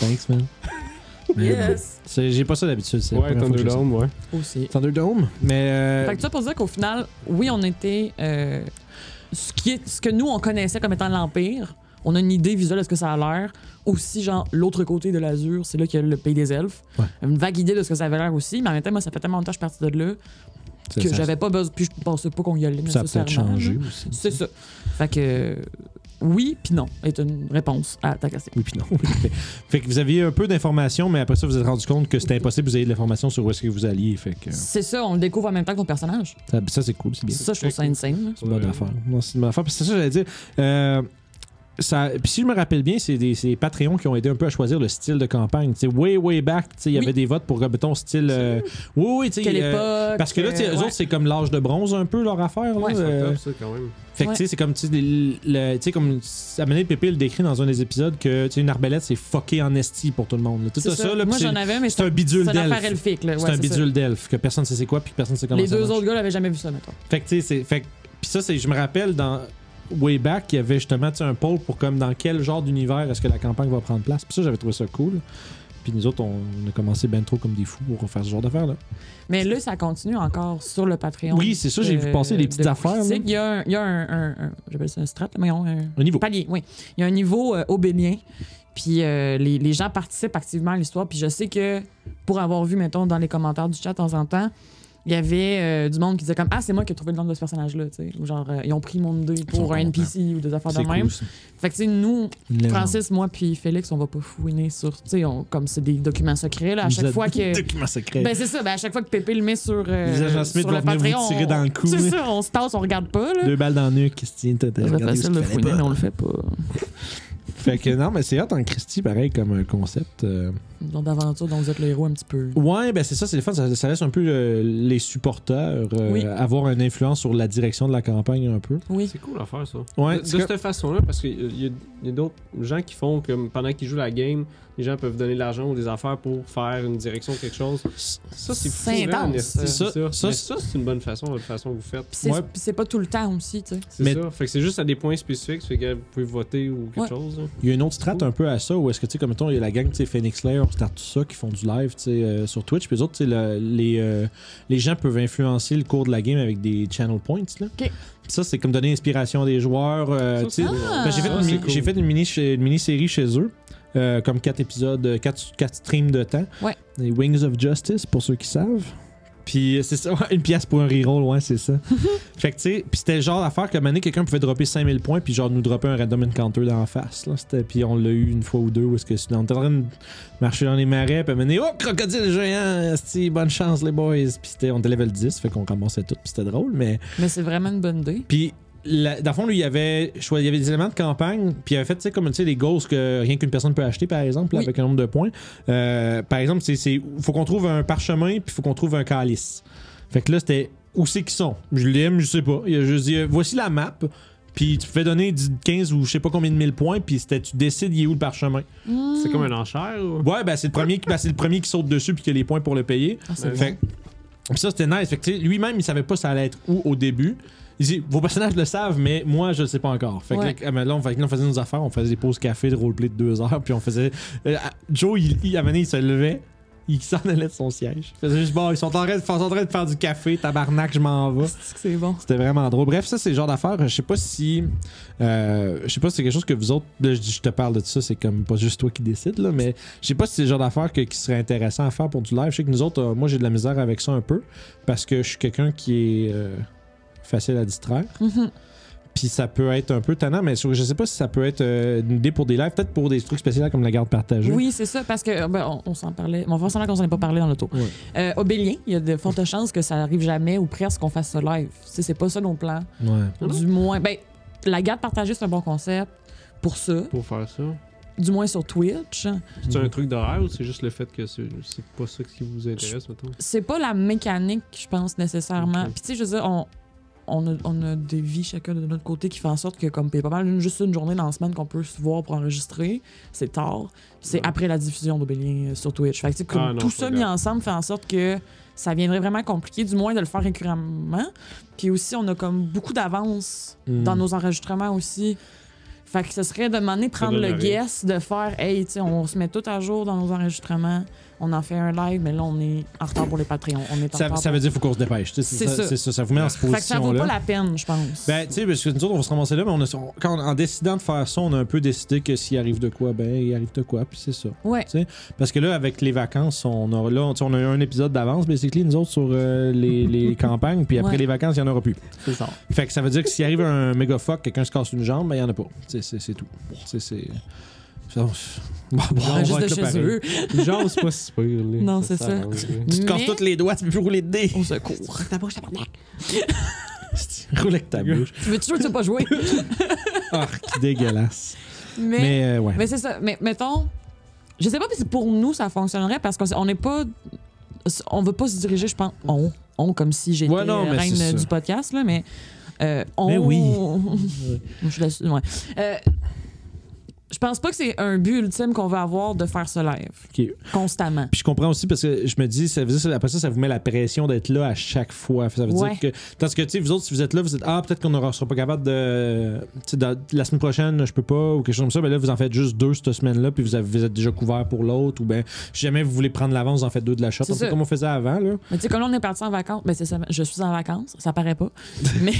Thanks, man. Mais bon, c'est- J'ai pas ça d'habitude. c'est la Ouais, première fois que j'ai ça. Thunderdome, ouais. Aussi. Thunderdome. Mais. euh, Fait que ça pour dire qu'au final, oui, on était. euh, ce, qui est- ce que nous, on connaissait comme étant l'Empire, on a une idée visuelle de ce que ça a l'air. Aussi, genre, l'autre côté de l'Azur, c'est là qu'il y a le pays des elfes. Ouais. Une vague idée de ce que ça avait l'air aussi, mais en même temps, moi, ça fait tellement longtemps que je suis partie de là ça- que ça- j'avais pas besoin. Puis je pensais pas qu'on y allait Ça a peut-être nécessairement. changé là. aussi. C'est ça. Fait que. oui puis non est une réponse à ta question. Oui, puis non. fait que vous aviez un peu d'informations, mais après ça, vous vous êtes rendu compte que c'était impossible que vous ayez de l'information sur où est-ce que vous alliez. Fait que ça, C'est ça, on le découvre en même temps que ton personnage. ça, c'est cool, c'est bien. Ça, je trouve ça insane. là. C'est une bonne affaire. Non, c'est une bonne affaire. Puis c'est ça, que j'allais dire. Euh, ça, puis si je me rappelle bien, c'est des, c'est des Patreons qui ont aidé un peu à choisir le style de campagne. Tu sais, way, way back, tu sais, il y Oui. avait des votes pour, euh, mettons, style. euh, oui, oui, tu sais. Quelle euh, époque. Parce que là, tu sais, euh, eux ouais. autres, c'est comme l'âge de bronze un peu leur affaire. Là, Ouais. C'est Euh, top, ça, quand même. fait que tu sais, c'est comme, tu sais, le- le- tu sais, comme Amené Pépé le décrit dans un des épisodes que, tu sais, une arbalète, c'est fucké en esti pour tout le monde. là. Tout C'est ça, ça. là, puis Moi, c'est- j'en avais, mais c'est un bidule c'est une affaire d'elfe. elfique. là. Ouais, C'est un ça. bidule d'elfe que personne ne sait c'est quoi, puis personne ne sait comment Les ça deux marche. autres gars n'avaient jamais vu ça, mettons. Fait que tu sais, c'est. Fait que- Puis ça, c'est. Je me rappelle dans Way Back, il y avait justement tu sais, un pôle pour comme dans quel genre d'univers est-ce que la campagne va prendre place. Puis ça, j'avais trouvé ça cool. Puis nous autres, on, on a commencé ben trop comme des fous pour faire ce genre d'affaires là. Mais là, ça continue encore sur le Patreon. Oui, c'est ça, j'ai vu euh, passer les de petites affaires, critiques. là. Oh. Il y a un, il y a un, un- un- j'appelle ça un strat, là, mais on- un, Au niveau. palier, oui. Il y a un niveau euh, aubélien. Puis euh, les, les gens participent activement à l'histoire. Puis je sais que, pour avoir vu, mettons, dans les commentaires du chat de temps en temps, il y avait euh, du monde qui disait comme Ah, c'est moi qui ai trouvé le nom de ce personnage-là. tu sais. Ou genre, euh, ils ont pris mon idée pour sont un contents. NPC ou des affaires de C'est même. cool. ça. Fait que, tu sais, nous, Une légende. Francis, moi, puis Félix, on va pas fouiner sur. Tu sais, on- comme c'est des documents secrets, là, à Vous chaque êtes fois des que. documents secrets. Ben, c'est ça, ben, à chaque fois que Pépé le met sur, euh, Les agents Smith sur le vont venir Patreon. vous tirer dans le cou. hein. C'est ça, on se tasse, on regarde pas, là. Deux balles dans le nuque, Christine. t'as- t'as Ça serait regardé facile ce de qu'il fallait fouiner, pas. mais on le fait pas. Fait que non, mais c'est hot en Christie, pareil, comme un concept. euh. Dans d'aventure dont vous êtes le héros un petit peu. Ouais, ben c'est ça, c'est le fun. Ça, ça laisse un peu euh, les supporters euh, Oui. avoir une influence sur la direction de la campagne un peu. Oui. C'est cool à faire ça. Ouais, de de c'est cette façon-là, parce qu'il y a, y a d'autres gens qui font comme pendant qu'ils jouent la game, les gens peuvent donner de l'argent ou des affaires pour faire une direction, quelque chose. Ça, c'est fou, C'est man, intense, esti, ça. Ça, Ça, ça, Mais ça, c'est une bonne façon, votre façon que vous faites. Puis c'est Ouais. puis c'est pas tout le temps aussi, tu sais. C'est Mais- ça. Fait que c'est juste à des points spécifiques, fait que vous pouvez voter ou quelque Ouais. chose. là. Il y a une autre strat un peu à ça où est-ce que, tu sais, comme mettons, il y a la gang, tu sais, Phoenix Lair, on start tout ça, qui font du live, tu sais, euh, sur Twitch. Puis les autres, tu sais, le- les, euh, les gens peuvent influencer le cours de la game avec des channel points, là. Ok. Ça, c'est comme donner inspiration à des joueurs, euh, Ça, tu c'est sais. cool. Ah! Parce que J'ai fait, Ça, une c'est mini- cool. j'ai fait une mini- chez- une mini-série chez eux, euh, comme quatre épisodes, 4 streams de temps. Ouais. Les Wings of Justice, pour ceux qui savent. Puis euh, c'est ça, ouais, une pièce pour un reroll, ouais, c'est ça. fait que tu sais, puis c'était le genre d'affaire que à un moment donné, quelqu'un pouvait dropper 5000 points, puis genre nous dropper un random encounter dans la face. Là. C'était- Puis on l'a eu une fois ou deux, où est-ce que c'était on était en train de marcher dans les marais, puis à un moment donné, oh, crocodile géant, esti, bonne chance les boys. Puis c'était- on était level 10, fait qu'on ramassait tout, puis c'était drôle, mais Mais c'est vraiment une bonne idée. puis, la- dans le fond, lui, il avait, choi- il y avait des éléments de campagne, puis il avait fait, tu sais, comme, tu sais, les goals que rien qu'une personne peut acheter, par exemple, là, Oui. avec un nombre de points. Euh, par exemple, c'est, c'est, faut qu'on trouve un parchemin, puis faut qu'on trouve un calice. Fait que là, c'était, où c'est qu'ils sont? Je l'aime, je sais pas. Il a juste dit, euh, voici la map, puis tu fais donner 10, 15 ou je sais pas combien de mille points, puis c'était, tu décides, il est où le parchemin. C'est comme un enchère ou. Ouais, ben, c'est le premier qui, ben, c'est le premier qui saute dessus, puis qui a les points pour le payer. Ah, c'est Ouais. bon. Fait que- ça, c'était nice. Fait que, tu sais, lui-même, il savait pas ça allait être où au début. Il dit, vos personnages le savent, mais moi, je le sais pas encore. Fait que Ouais. là, ah, mais là, on, fait que là, on faisait nos affaires, on faisait des pauses café, de roleplay de deux heures, puis on faisait. euh, ah, Joe, il, il, à un moment donné, il se levait, il s'en allait de son siège. Il faisait juste, bon, ils sont en train de, faire- sont en train de faire du café, tabarnak, je m'en vais. C'est que c'est bon. C'était vraiment drôle. Bref, ça, c'est le genre d'affaires. Je sais pas si. euh, je sais pas si c'est quelque chose que vous autres. Là, je, dis- je te parle de ça, c'est comme pas juste toi qui décides, là, mais je sais pas si c'est le genre d'affaires que- qui serait intéressant à faire pour du live. Je sais que nous autres, euh, moi, j'ai de la misère avec ça un peu parce que je suis quelqu'un qui est euh, facile à distraire. Mhm. Puis ça peut être un peu tannant, mais je je sais pas si ça peut être euh, une idée pour des lives, peut-être pour des trucs spéciaux comme la garde partagée. Oui, c'est ça, parce que euh, ben, on, on s'en parlait. mais on va semblant qu'on s'en est pas parlé dans l'auto. Ouais. Euh, Obélien, il y a de fortes chances que ça arrive jamais ou presque qu'on fasse ça live. Tu sais, C'est pas ça nos plans. Ouais. Hein? Du moins, ben, la garde partagée, c'est un bon concept pour ça. Pour faire ça. Du moins sur Twitch. C'est un truc d'horaire ou c'est juste le fait que c'est c'est pas ça qui vous intéresse, mettons? c'est pas la mécanique, je pense, nécessairement. Ok. Puis, tu sais, je veux dire, on, on, a, on a des vies chacun de notre côté qui font en sorte que, comme, il y a pas mal, une- juste une journée dans la semaine qu'on peut se voir pour enregistrer. C'est tard. Puis C'est Ouais. après la diffusion d'Obélien euh, sur Twitch. Fait que, tu sais, comme Ah non, tout c'est ça grave. mis ensemble fait en sorte que ça viendrait vraiment compliqué, du moins de le faire récurremment. Puis aussi, on a comme beaucoup d'avance Mm. dans nos enregistrements aussi. Fait que ce serait de demander prendre le donnerait. guess, de faire, hey, tu sais, on se met tout à jour dans nos enregistrements, on en fait un live, mais là, on est en retard pour les Patreons. On est en Ça, retard ça pour- veut dire qu'il faut qu'on se dépêche. tu sais, C'est ça. C'est ça. Ça vous met en cette Fait que ça vaut pas position-là. la peine, je pense. Ben, tu sais, parce que nous autres, on va se ramasser là, mais on a, on- quand, en décidant de faire ça, on a un peu décidé que s'il arrive de quoi, ben, il arrive de quoi, puis c'est ça. ouais. Parce que là, avec les vacances, on a, là, tu sais, on a eu un épisode d'avance, basically, nous autres, sur euh, les, les campagnes, puis après Ouais. les vacances, il n'y en aura plus. C'est ça. Fait que ça veut dire que s'il arrive un méga fuck, quelqu'un se casse une jambe, ben, il n'y en a pas. C'est- C'est c'est tout. C'est. c'est- ça, on- Bon, bon, on va juste de être là chez pareil. eux. Genre, c'est pas si pire. là. Non, c'est ça. arrange, là. Tu te casses Mais- toutes les doigts, tu peux plus rouler de dés. Au secours. Roule avec ta bouche. tu veux toujours que tu pas jouer. Ah, qui dégueulasse. Mais, mais, Mais, euh, ouais. c'est ça. Mais mettons, je sais pas si pour nous ça fonctionnerait parce qu'on on n'est pas. On veut pas se diriger, je pense. On. On, comme si j'étais Ouais, non, mais reine c'est ça. du podcast, là, mais. euh, on. Mais oui. je suis là-dessus, ouais. Euh, je pense pas que c'est un but ultime qu'on veut avoir de faire ce live Ok. constamment. Puis je comprends aussi parce que je me dis, ça veut dire, après ça, ça vous met la pression d'être là à chaque fois. Ça veut Ouais. dire que. Tandis que, tu sais, vous autres, si vous êtes là, vous êtes, ah, peut-être qu'on ne sera pas capable de. Tu sais, dans- la semaine prochaine, je peux pas, ou quelque chose comme ça. Ben là, vous en faites juste deux cette semaine-là, puis vous, avez- vous êtes déjà couvert pour l'autre, ou ben, si jamais vous voulez prendre l'avance, vous en faites deux de la shot. C'est Un peu ça. comme on faisait avant, là. Mais tu sais, comme là, on est parti en vacances, ben c'est ça, je suis en vacances, ça paraît pas. Mais.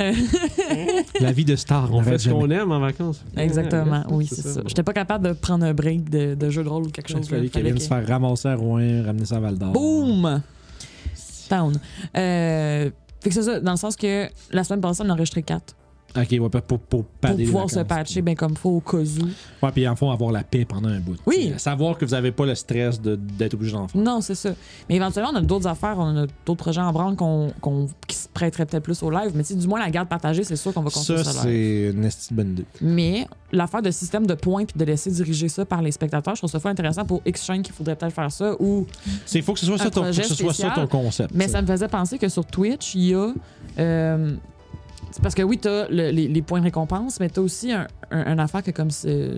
Euh, La vie de star, on On va fait ce qu'on aime en vacances. Exactement, Oh, oui, c'est ça. Je J'étais pas capable de prendre un break de, de jeu de rôle ou quelque chose. Il fallait là. qu'elle Fallait vienne que- se faire ramasser à Rouen, ramener ça à Val d'Or. Boom! Town. Euh, fait que c'est ça, dans le sens que la semaine passée, on a enregistré 4 Ok, ouais, pour, pour, pour pour padder les pouvoir se vacances. patcher bien comme faut au cas où. Ouais, puis en fond, avoir la paix pendant un bout. Oui. T'sais, Savoir que vous avez pas le stress de- d'être obligé d'en faire. Non, c'est ça. Mais éventuellement, on a d'autres affaires, on a d'autres projets en branle qu'on qu'on- qui se prêteraient peut-être plus au live. Mais tu sais, du moins, la garde partagée, c'est sûr qu'on va construire Ça, ça, live. c'est une esti de bonne idée. Mais l'affaire de système de points puis de laisser diriger ça par les spectateurs, je trouve ça fort intéressant pour X chaîne qu'il faudrait peut-être faire ça ou C'est faut que ce soit, Un ça ton, faut projet que ce soit ça spécial, ton concept. Mais ça. ça me faisait penser que sur Twitch, il y a. euh, c'est parce que oui, t'as le- les, les points de récompense, mais t'as aussi un, un, un affaire que comme c'est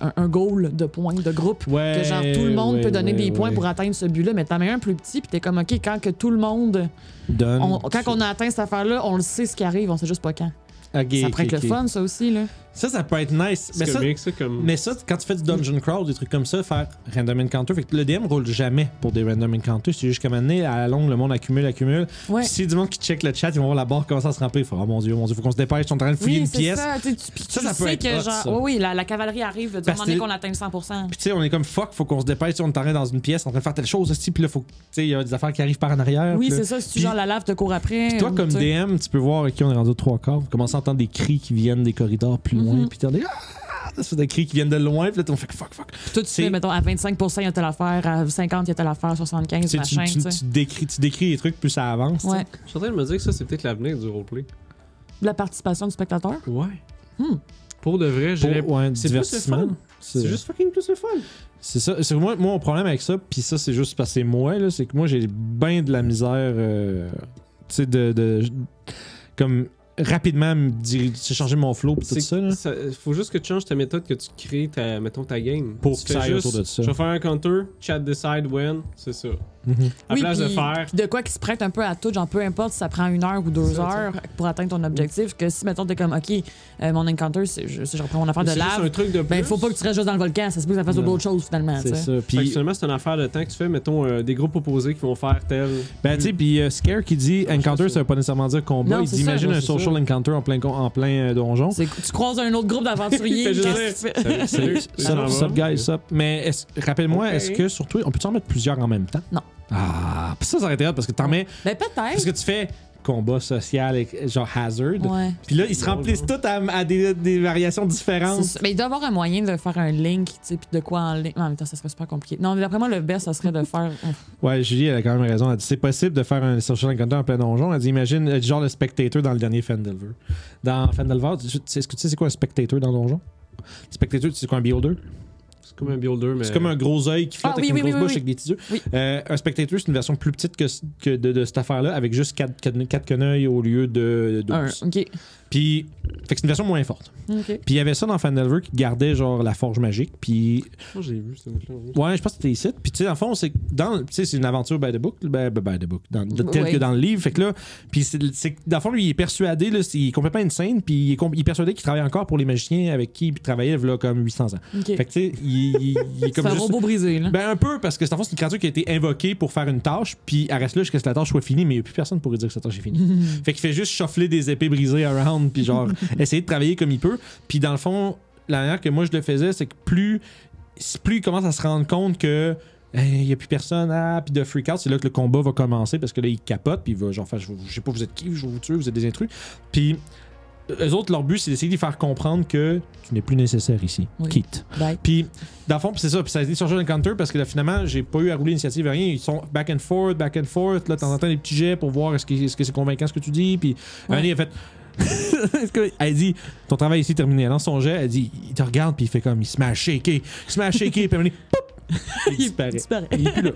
un, un goal de points de groupe. Ouais, Que genre tout le monde ouais, peut donner ouais, des points ouais. pour atteindre ce but-là, mais t'en mets un plus petit, puis t'es comme, OK, quand que tout le monde. Donne. on- quand on a atteint cette affaire-là, on le sait ce qui arrive, on sait juste pas quand. Ok, ça ok, pourrait être ok. le fun, ça aussi, là. Ça, ça peut être nice. Mais C'est ça, comique, ça, comme. mais ça, quand tu fais du dungeon crawl, des trucs comme ça, faire random encounter, fait que le DM roule jamais pour des random encounters. C'est juste comme année, à la longue, le monde accumule, accumule. Ouais. Puis s'il y a du monde qui check le chat, ils vont voir la barre commencer à se remplir. Ils font, oh mon dieu, mon dieu, faut qu'on se dépêche, ils sont en train de fouiller Oui, une c'est pièce. ça. Tu, tu- puis Ça, tu ça peut sais être que hot, genre, ça. oui, oui, la, la cavalerie arrive du Parce moment donné que- qu'on atteint le 100 Puis tu sais, on est comme fuck, faut qu'on se dépêche, on est en train dans une pièce, en train de faire telle chose aussi, puis là, faut, tu sais, il y a des affaires qui arrivent par en arrière. Oui, puis là- c'est ça. Si tu Puis- genre la lave te court après. Puis toi, ou, comme tu sais. DM, tu peux voir qui on est rendu aux trois quarts. Vous commencez à entendre des cris qui viennent des corridors plus loin. Mhm. Puis t'entends des, Ah! Ça fait des cris qui viennent de loin. Puis là, t'en fais que fuck, fuck. Tout de C'est- suite, mettons, à 25 il y a telle affaire, à 50 il y a telle affaire, 75 Tu, sais, tu- machin, tu- tu sais. tu décris, tu décris les trucs, plus ça avance. tu sais. Ouais. Je suis en train de me dire que ça, c'est peut-être l'avenir du roleplay. La participation du spectateur. Ouais. Hmm. Pour de vrai, j'ai Pour- l'impression. ouais, c'est plus le divertissement. fun. C'est C'est juste fucking plus le fun. c'est ça. C'est moi, moi, mon problème avec ça, puis ça, c'est juste parce que c'est moi, là, c'est que moi, j'ai bien de la misère, euh, tu sais, de, de- Comme rapidement me dir- changer mon flow, puis tout C'est- ça, là. ça- Faut juste que tu changes ta méthode, que tu crées ta, mettons, ta game. Pour Tu que ça fais aille juste, autour de ça. Je vais faire un counter, chat decide when, c'est ça. Mhm. À place de puis- faire. puis de quoi qui se prête un peu à tout, genre peu importe si ça prend une heure ou deux Ça, heures pour atteindre ton objectif, que si, mettons, t'es comme, OK, euh, mon encounter, c'est- je, c'est- je reprends mon affaire de C'est juste lave, un truc de plus. ben, faut pas que tu restes juste dans le volcan, ça se peut que ça fasse Non. d'autres choses finalement, tu C'est sais. ça. Fait que Puis finalement, c'est une affaire de temps que tu fais, mettons, euh, des groupes opposés qui vont faire tel. Ben, tu sais, puis euh, Scare qui dit Ah, je encounter, sais. ça veut pas nécessairement dire combat. Non, il c'est dit ça, imagine non, un c'est social ça. encounter en plein, con- en plein euh, donjon. C'est- Tu croises un autre groupe Il d'aventuriers, fait juste qu'est-ce que tu Salut, fais? Salut, salut. Ça sup, va? sup, guys, sup. Mais est-ce- rappelle-moi, Ok. est-ce que sur toi, on peut en mettre plusieurs en même temps? Non. Ah, pis ça, ça aurait été hot parce que t'en mets. Ben peut-être. Parce que tu fais combat social, et- genre hazard. Ouais. Puis là, ils se Non, remplissent non. tous à, à des, des variations différentes. C'est ça. Mais il doit y avoir un moyen de faire un link, tu sais, puis de quoi en link. Non, en même temps, ça serait super compliqué. Non, mais d'après moi, le best, ça serait de faire. Ouais, Julie, elle a quand même raison. Elle dit c'est possible de faire un social encounter en plein donjon. Elle dit imagine, euh, genre le spectator dans le dernier Fandelver. Dans Fandelver, tu- tu- est-ce que tu sais c'est quoi un spectator dans le donjon? Spectator, tu sais c'est quoi un builder? C'est comme un builder, mais. C'est comme un gros œil qui flotte Ah, oui, avec une oui, grosse bouche oui, oui, oui. avec des petits yeux. Oui. Euh, un spectator, c'est une version plus petite que, que de, de cette affaire-là, avec juste 4 quatre, quatre quenouilles au lieu de Un. 12. OK. Puis, fait que c'est une version moins forte. OK. Puis il y avait ça dans Fandelver qui gardait genre la forge magique. Puis Oh, j'ai vu ce truc-là. oui. Ouais, je pense que c'était ici. Puis, tu sais, dans le fond, c'est que dans, tu sais, c'est une aventure by the book, ben, ben, by the book, dans, de- tel Ouais. que dans le livre. Fait que là, puis c'est, c'est que dans le fond, lui, il est persuadé, là, c'est- il est complètement insane, puis il est, com- il est persuadé qu'il travaille encore pour les magiciens avec qui il travaillait, là, comme 800 ans. OK. Fait que, tu sais, il, il, il- il est C'est comme un juste- robot brisé, là. Ben un peu, parce que c'est en fait, c'est une créature qui a été invoquée pour faire une tâche, puis elle reste là jusqu'à ce que la tâche soit finie, mais il n'y a plus personne pour lui dire que sa tâche est finie. fait qu'il fait juste chauffer des épées brisées around, puis genre essayer de travailler comme il peut. Puis dans le fond, la manière que moi je le faisais, c'est que plus, plus il commence à se rendre compte que il n'y a plus personne, ah, puis de freak out, c'est là que le combat va commencer parce que là, il capote, puis il va genre faire, je, vous- je sais pas, vous êtes qui, je vais vous tuer, vous êtes des intrus. Puis eux autres, leur but, c'est d'essayer de lui faire comprendre que tu n'es plus nécessaire ici. Oui. Quitte. Bye. Puis, dans le fond, puis c'est ça. Puis ça a été sur le counter parce que là, finalement, j'ai pas eu à rouler l'initiative, rien. Ils sont back and forth, back and forth. Là, t'entends des petits jets pour voir est-ce que est-ce que c'est convaincant ce que tu dis. Puis, Ouais. Annie a fait. Est-ce que- elle dit Ton travail ici est terminé. Elle lance son jet. Elle dit Il te regarde, puis il fait comme Il se met à shaker. Il se met à shaker, puis Annie, poup! Il ben, disparaît. Il est plus là.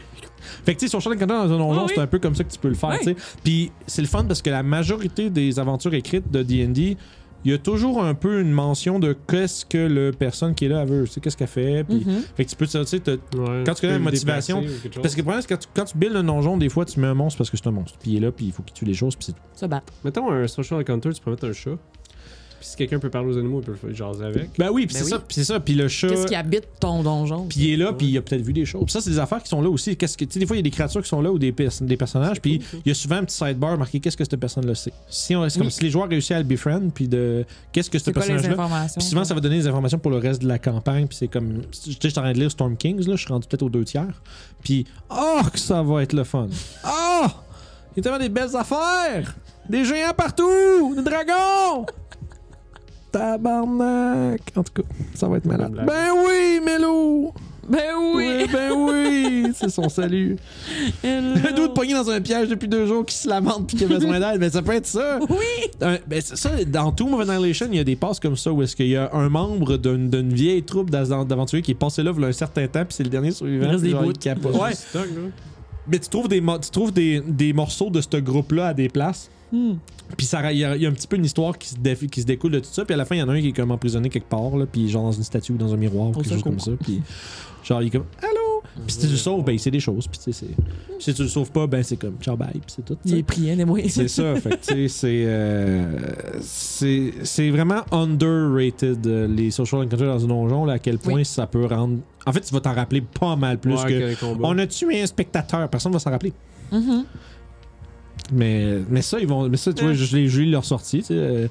Fait que tu sais, sur Shadow Encounter dans un donjon, Ah oui. c'est un peu comme ça que tu peux le faire, Ouais. tu sais. Puis c'est le fun parce que la majorité des aventures écrites de D&D, il y a toujours un peu une mention de qu'est-ce que le personne qui est là elle veut, tu sais, qu'est-ce qu'elle fait. Puis, Mhm. Fait que tu peux, tu sais, te- Ouais, Quand tu connais la peux le motivation, déplacer ou quelque chose. parce que le problème, c'est que quand tu, quand tu builds un donjon, des fois, tu mets un monstre parce que c'est un monstre. Puis il est là, puis il faut qu'il tue les choses, puis c'est tout. Se battre. Mettons un social encounter, tu peux mettre un chat. Puis si quelqu'un peut parler aux animaux, il peut le faire jaser avec. Ben oui, puis Ben c'est oui. ça, puis c'est ça. Puis le chat. Qu'est-ce qui habite ton donjon? Puis euh, il est là, puis il a peut-être vu des choses. Puis ça, c'est des affaires qui sont là aussi. Qu'est-ce que, tu sais, des fois, il y a des créatures qui sont là ou des, pers- des personnages, puis il y a souvent un petit sidebar marqué qu'est-ce que cette personne-là sait. Si, on, c'est comme Oui. si les joueurs réussissent à le befriend, puis de qu'est-ce que ce c'est quoi les personnage-là. informations? Puis souvent, ça va donner des informations pour le reste de la campagne. Puis c'est comme. Tu sais, je suis en train de lire Storm Kings, là, je suis rendu peut-être aux deux tiers. Puis, oh, que ça va être le fun! Oh! Il y a tellement des belles affaires! Des géants partout! Des dragons! Tabarnak! En tout cas, ça va être malade. Blague. Ben oui, Mélo! Ben oui! ben oui! C'est son salut. Un doute pogné dans un piège depuis deux jours qui se lamente puis qui a besoin d'aide, mais ça peut être ça! Oui! Un- ben, c'est ça, dans Tomb of Annihilation, il y a des passes comme ça où est-ce qu'il y a un membre d'une d'une vieille troupe d'as- d'aventuriers qui est passé là voilà un certain temps, puis c'est le dernier survivant. Il reste puis des genre, bouts. il capote. Pas Ouais, juste stock, là. mais tu trouves des, mo- tu trouves des, des morceaux de ce groupe-là à des places. Hmm. Puis ça ra- il y, a il y a un petit peu une histoire qui se, déf- qui se découle de tout ça. Puis à la fin, il y en a un qui est comme emprisonné quelque part, là, puis genre dans une statue ou dans un miroir, ou Au quelque chose comme ça. secours. Puis genre, il est comme Allô? Puis si tu le sauves, ben il sait des choses. Puis tu sais, c'est- si tu le sauves pas, ben c'est comme Ciao, bye, puis c'est tout. tu Il sais. est prié, des moyens. C'est ça, fait que, tu sais, c'est, euh, c'est. C'est vraiment underrated, euh, les social encounters dans un donjon, là, à quel point Oui. ça peut rendre. En fait, tu vas t'en rappeler pas mal plus Ouais, que. les combats. On a tué un spectateur, personne va s'en rappeler. Mhm. Mais, mais ça, ils vont. Mais ça, tu vois, Ouais. je les jure, leur sortie, tu sais. euh,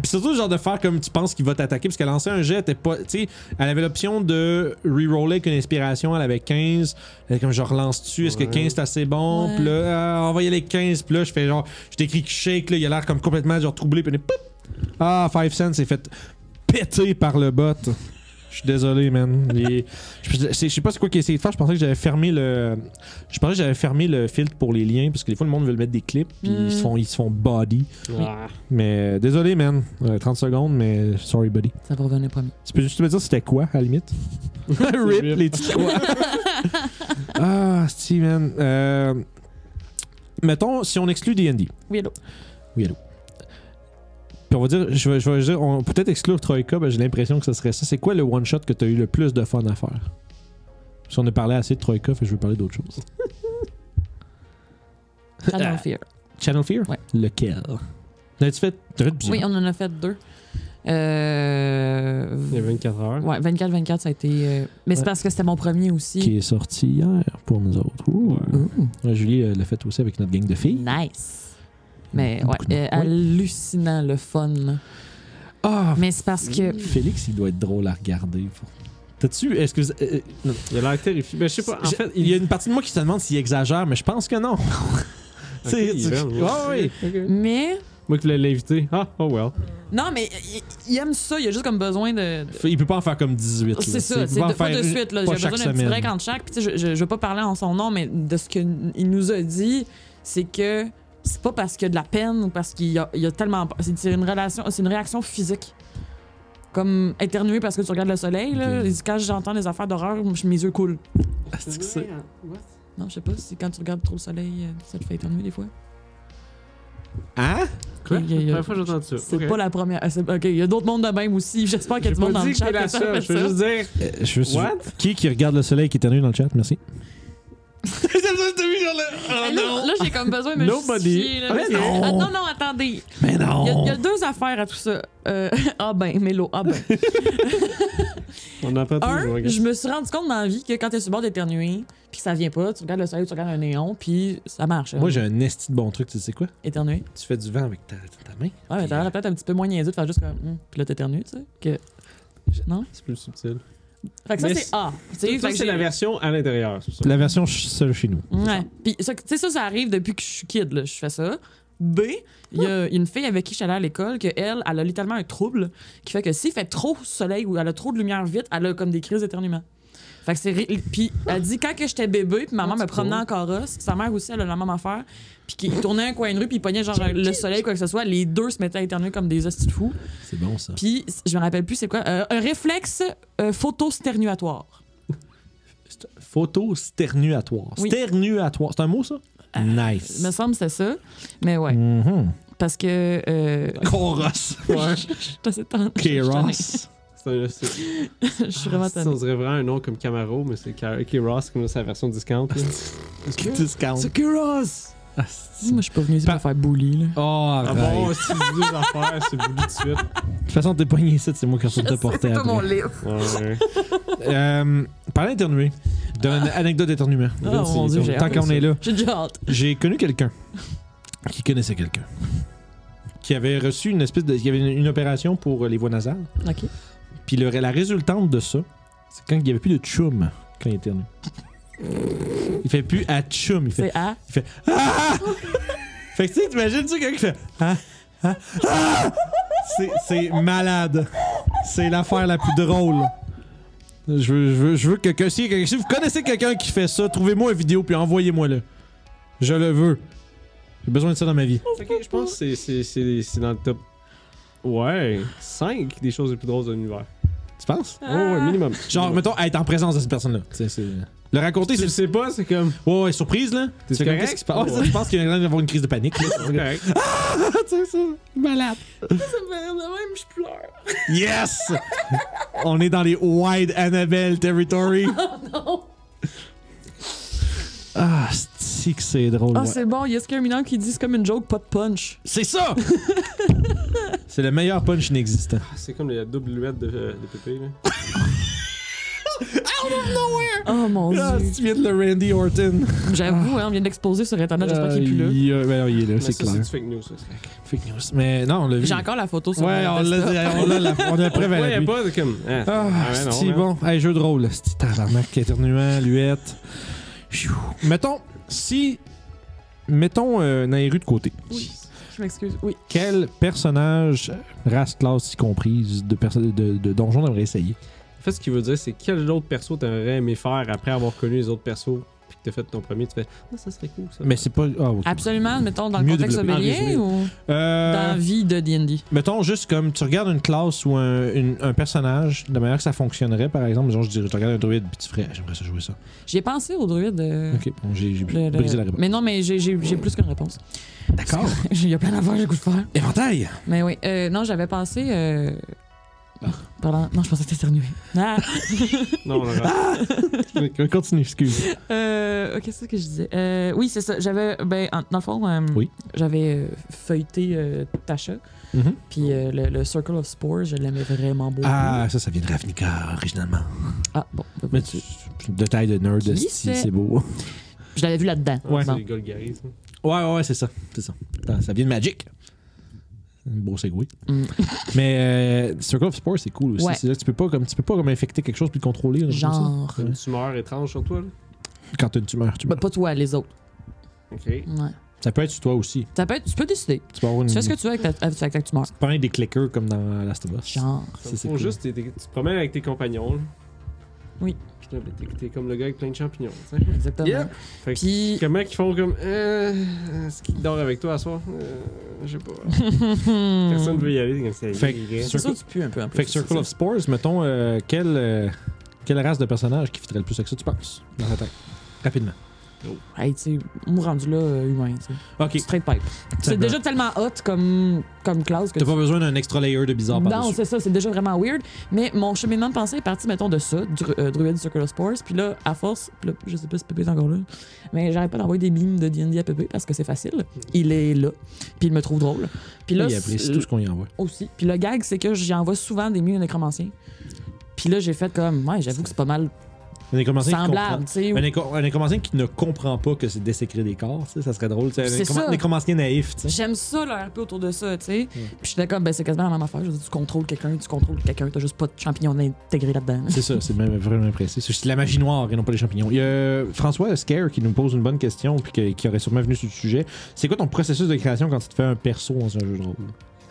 Puis surtout, le genre de faire comme tu penses qu'il va t'attaquer, parce qu'elle lançait un jet, était pas. Tu sais, elle avait l'option de reroller avec une inspiration, elle avait 15. Elle était comme genre, relance-tu, est-ce Ouais. que 15 c'est assez bon? Ouais. Puis là, ah, on va y aller avec 15. Puis là, je fais genre, je t'écris que shake, là, il a l'air comme complètement genre troublé, puis elle est pop! Ah, 5 cents, c'est fait péter par le bot. Je suis désolé, man. Les- Je je sais pas c'est quoi qu'il a essayé de faire. Je pensais que j'avais fermé le. Je pensais que j'avais fermé le filtre pour les liens parce que des fois le monde veut le mettre des clips puis Mm. ils se font ils se font body. Ah. Mais euh, désolé, man. Euh, 30 secondes, mais sorry, buddy. Ça va revenir pas mieux. Tu peux juste me dire c'était quoi à la limite Rip rip. les petits croix. ah, Steven. Euh... Mettons si on exclut D&D. Oui, allô? Puis on va dire, je vais, je vais dire, on peut peut-être exclure Troika, ben j'ai l'impression que ce serait ça. C'est quoi le one-shot que tu as eu le plus de fun à faire? Si on a parlé assez de Troika, fait que je veux parler d'autre chose. Shadow of Fear. Channel Fear? Ouais. Lequel? T'as-tu fait? T'as fait plusieurs. Oui, on en a fait deux. Euh... Il y a 24 heures. Ouais, 24-24, ça a été. euh, Mais c'est Ouais. parce que c'était mon premier aussi. Qui est sorti hier pour nous autres. Ouh. Ouais, Julie euh, l'a fait aussi avec notre gang de filles. Nice. Mais ouais, Beaucoup de- euh, Oui. hallucinant le fun. là. Ah, Mais c'est parce que. Félix, il doit être drôle à regarder. pour- T'as-tu. Est-ce que. vous- euh, euh, Il a l'air terrifié. Ben, je sais pas. En je- fait, il y a une partie de moi qui se demande s'il exagère, mais je pense que non. Ok, C'est- il tu- vient, oui. Ah oui. Ok. Mais. Moi qui voulais l'inviter. Ah, oh well. Non, mais il, il aime ça. Il a juste comme besoin de. de- Il peut pas en faire comme 18. là. C'est ça, Il peut c'est en deux fois faire de une- suite. là. pas J'ai besoin chaque d'un petit semaine. break en chaque. Puis tu sais, je, je, je veux pas parler en son nom, mais de ce qu'il nous a dit, c'est que c'est pas parce qu'il y a de la peine ou parce qu'il y a, il y a tellement. peur. C'est c'est une relation, c'est une réaction physique. Comme éternuer parce que tu regardes le soleil. Là. Ok. Il dit, Quand j'entends des affaires d'horreur, je- mes yeux coulent. Ah, c'est que c'est- Non, je sais pas, c'est quand tu regardes trop le soleil, euh, ça te fait éternuer des fois. Hein? Quoi? Il y a- il y a- Première fois que j'entends ça. C'est Ok. pas la première. ah, c'est- Ok, il y a d'autres mondes de même aussi. J'espère qu'il y a J'ai du monde pas dans dit le que t'es chat. la qui fait seule. Je ça. veux juste dire. Euh, je veux- What? Qui qui regarde le soleil qui éternue dans le chat? Merci. Oh Oh Là, là, j'ai comme besoin de me Nobody. justifier, là. Mais Parce- non. Ah, non, non, attendez. Mais Il y, a- il y non! a deux affaires à tout ça. Euh, ah ben, Mélo, ah ben. On n'a pas Un, toujours. je me suis rendu compte dans la vie que quand t'es sur le bord d'éternuer, puis que ça vient pas, tu regardes le soleil, tu regardes un néon, puis ça marche. Moi, hein, j'ai un esti de bon truc, tu sais quoi? Éternuer. Tu fais du vent avec ta, ta main. Ouais, mais Puis, t'as l'air peut-être un petit peu moins niaiseux de faire juste comme. Hum, Puis là, t'éternues, tu sais. Que... C'est plus subtil. Fait que ça, Mais c'est c'est- A. Tu sais, Toi, fait que c'est j'ai- la version à l'intérieur. c'est ça. La version ch- seule chez nous. Ouais. Puis ça, tu sais, ça, ça arrive depuis que je suis kid, là. Je fais ça. B, il y a une fille avec qui je suis allée à l'école que elle, elle a littéralement un trouble qui fait que s'il fait trop soleil ou elle a trop de lumière vite, elle a comme des crises d'éternuement. Fait que c'est ri- puis elle dit quand que j'étais bébé, puis ma mère me promenait en carrosse, sa mère aussi elle a la même affaire, puis qu'il tournait un coin de rue puis il pognait genre le soleil quoi que ce soit, les deux se mettaient à éternuer comme des hosties de fous. C'est bon, ça. Puis je me rappelle plus c'est quoi, euh, un réflexe euh, photosternuatoire. Photo sternuatoire. Oui. Sternuatoire. C'est un mot, ça? nice. Il Euh, me semble que c'est ça, mais ouais, Mhm. parce que euh, Coros. Je suis assez tannée. Kéros. C'est un- c'est- Je suis vraiment Ça, Ah, on tannée. dirait vraiment un nom comme Camaro, mais c'est K-Ross, comme sa version discount. là. Qui discount. K-Ross! Asti. Moi, je suis pas venue ici Par- pour faire bully, là. Oh, Ah arrête. bon, si tu dis des affaires, c'est bout de suite. De toute façon, t'es pogné ici, c'est moi qui retourne te porter Ah, après. livre. Ouais. Euh, parlant d'éternuer, d'une anecdote d'éternuement. Oh mon dieu, j'ai Tant hâte. qu'on est là. J'ai déjà hâte. J'ai connu quelqu'un qui connaissait quelqu'un qui avait reçu une espèce de. Il y avait une, une opération pour euh, les voies nasales. OK. Puis le- la résultante de ça, c'est quand il n'y avait plus de chum quand il éternue. Il fait plus à chum. Il fait. C'est A. Il fait. Ah! fait que tu sais, t'imagines, tu sais, quelqu'un qui fait. Ah! Ah! Ah! C'est- C'est malade. C'est l'affaire la plus drôle. Je veux, je veux, je veux que quelqu'un. Si, quelqu'un- si vous connaissez quelqu'un qui fait ça, trouvez-moi une vidéo puis envoyez-moi-le. Je le veux. J'ai besoin de ça dans ma vie. Ok, je pense que c'est- c'est- c'est c'est dans le top. Ouais, 5 des choses les plus drôles de l'univers. Tu penses? Ah. Oh, ouais, minimum. Genre, Minimum. mettons, être en présence de cette personne-là. Tu sais, c'est- Le raconter, tu le c'est. sais pas, c'est comme. Ouais, ouais, surprise, là. T'es Tu fais comme, correct? qu'est-ce qui se passe? Ouais, ça, tu penses qu'il y a un avoir une crise de panique. là. C'est correct. Ah, Tu sais, ça. Malade. Ça me fait de même, je pleure. Yes! On est dans les wide Annabelle territory. Non. Ah, c'est que c'est drôle. Ah, ouais. c'est bon. Il y a Scarminan qui dit c'est comme une joke, pas de punch. C'est ça! c'est le meilleur punch inexistant. Ah, C'est comme la doublette de, euh, de Pépé, là. Oh mon Ah, dieu. tu viens de le Randy Orton. J'avoue, hein, on vient de l'exposer sur Internet. J'espère qu'il est plus Euh, là. il, euh, ben non, il est là, Mais c'est ça, c'est clair. du fake news, ça. c'est correct. Fake news. Mais non, on l'a vu. J'ai encore la photo sur Ouais, mon on l'a desktop. dit, on l'a la- on l'a Ouais, prévu à y la a pluie. pas de comme. ben, Ah, Ah, ouais, non, c'est hein. bon. Hey, jeu de rôle. C'est tabarnak, éternuant, luette. Pfiou. Mettons, si. Mettons euh, Nairu de côté. Oui. Je m'excuse. Oui. Quel personnage, euh, race, classe y comprise, de, perso- de, de donjon aimerait essayer En fait, ce qu'il veut dire, c'est quel autre perso t'aurais aimé faire après avoir connu les autres persos, puis que t'as fait ton premier, tu fais. Ah, ça serait cool, ça. Mais c'est pas. Ah, ok. Absolument, mettons, dans le Mieux contexte développé. obélien En résumé. ou Euh, dans la vie de D&D? Mettons juste comme tu regardes une classe ou un, une- un personnage, de manière que ça fonctionnerait, par exemple, genre je dirais, tu regardes un druide, puis tu ferais, Ah, j'aimerais ça jouer ça. J'ai pensé au druide. euh, Ok, bon, j'ai j'ai le- le- brisé la réponse. Mais non, mais j'ai- j'ai j'ai plus qu'une réponse. D'accord. Il y a plein d'affaires que j'ai le goût de faire. Éventail Mais oui, euh, non, j'avais pensé. Euh... Pardon, non, je pensais que t'éternuais. Ah, Non, non, Ah, non. Continue, excuse. euh, qu'est-ce que je disais? Euh, oui, c'est ça. J'avais, ben, en- dans le fond, euh, Oui. j'avais euh, feuilleté euh, Tasha, Mhm. puis euh, le, le Circle of Spores, je l'aimais vraiment beaucoup. Ah, ça, ça vient de Ravnica originalement. Ah, bon. bah, Mais bah, tu, de taille de nerd, Qui esti, c'est? c'est beau. Je l'avais vu là-dedans. Ouais. C'est Bon. les Golgaris, hein. ça. Ouais, ouais, ouais, c'est ça. C'est ça. Attends, Ça vient de Magic. Un beau segway. Mm. Mais euh, Circle of Spores, c'est cool aussi. Ouais. C'est là que tu peux pas comme tu peux pas comme infecter quelque chose puis le contrôler. là, comme ça. Genre. T'as Une tumeur étrange sur toi, là. Quand t'as une tumeur, tu Ben, pas toi, les autres. Ok. Ouais. Ça peut être sur toi aussi. Ça peut être- tu peux décider. Tu peux avoir une. Tu fais ce que tu veux avec ta, avec ta- avec ta tumeur. Pas un des clickers comme dans Last of Us. Ça, Genre. Dans le c'est fond, cool. juste, t'es- t'es- tu te promènes avec tes compagnons. là. Oui. Puis là, ben, t'es- t'es comme le gars avec plein de champignons. tu sais. Exactement. Yeah. Fait que- Puis. Comment qu'ils font comme. Euh, Est-ce qu'il dort avec toi à soir Euh, Je sais pas. Personne veut y aller. Comme ça, Hmm. Fait que- il est gay. C'est ça, tu pues un peu. en plus, Fait que c'est Circle ça. of Spores, mettons, euh, quelle, euh, quelle race de personnage qui fitterait le plus avec ça, tu penses Dans ta tête. Rapidement. Hey, tu sais, moi rendu là, euh, humain, tu sais. Ok. Straight pipe. C'est T'as déjà tellement hot comme, comme classe que pas tu- besoin d'un extra layer de bizarre Non, par-dessus. c'est ça, c'est déjà vraiment weird. Mais mon cheminement de pensée est parti, mettons, de ça, Dru euh, Druid Circle of Spores. Puis là, à force, puis là, je sais pas si Pépé est encore là, mais j'arrête pas d'envoyer des mimes de DD à Pépé parce que c'est facile. Il est là, puis il me trouve drôle. Puis là, Il apprécie tout ce qu'on y envoie. aussi. Puis le gag, c'est que j'y envoie souvent des mimes de nécromanciens. Puis là, j'ai fait comme, ouais, j'avoue que c'est pas mal Un nécromancien qui comprend. semblable, tu sais. Un, nécro- un nécromancien qui ne comprend pas que c'est dessécrer des corps, tu sais, ça serait drôle. tu sais, Un C'est nécroman- ça. nécromancien naïf, tu sais. J'aime ça, le RP autour de ça, tu sais. Puis j'étais comme, ben, c'est quasiment la même affaire. Je veux dire, tu contrôles quelqu'un, tu contrôles quelqu'un, t'as juste pas de champignons intégrés là-dedans. C'est ça, c'est même vraiment précis. C'est la magie noire et non pas les champignons. Il y a euh, François Scare qui nous pose une bonne question puis que- qui aurait sûrement venu sur le sujet. C'est quoi ton processus de création quand tu te fais un perso dans un jeu de rôle?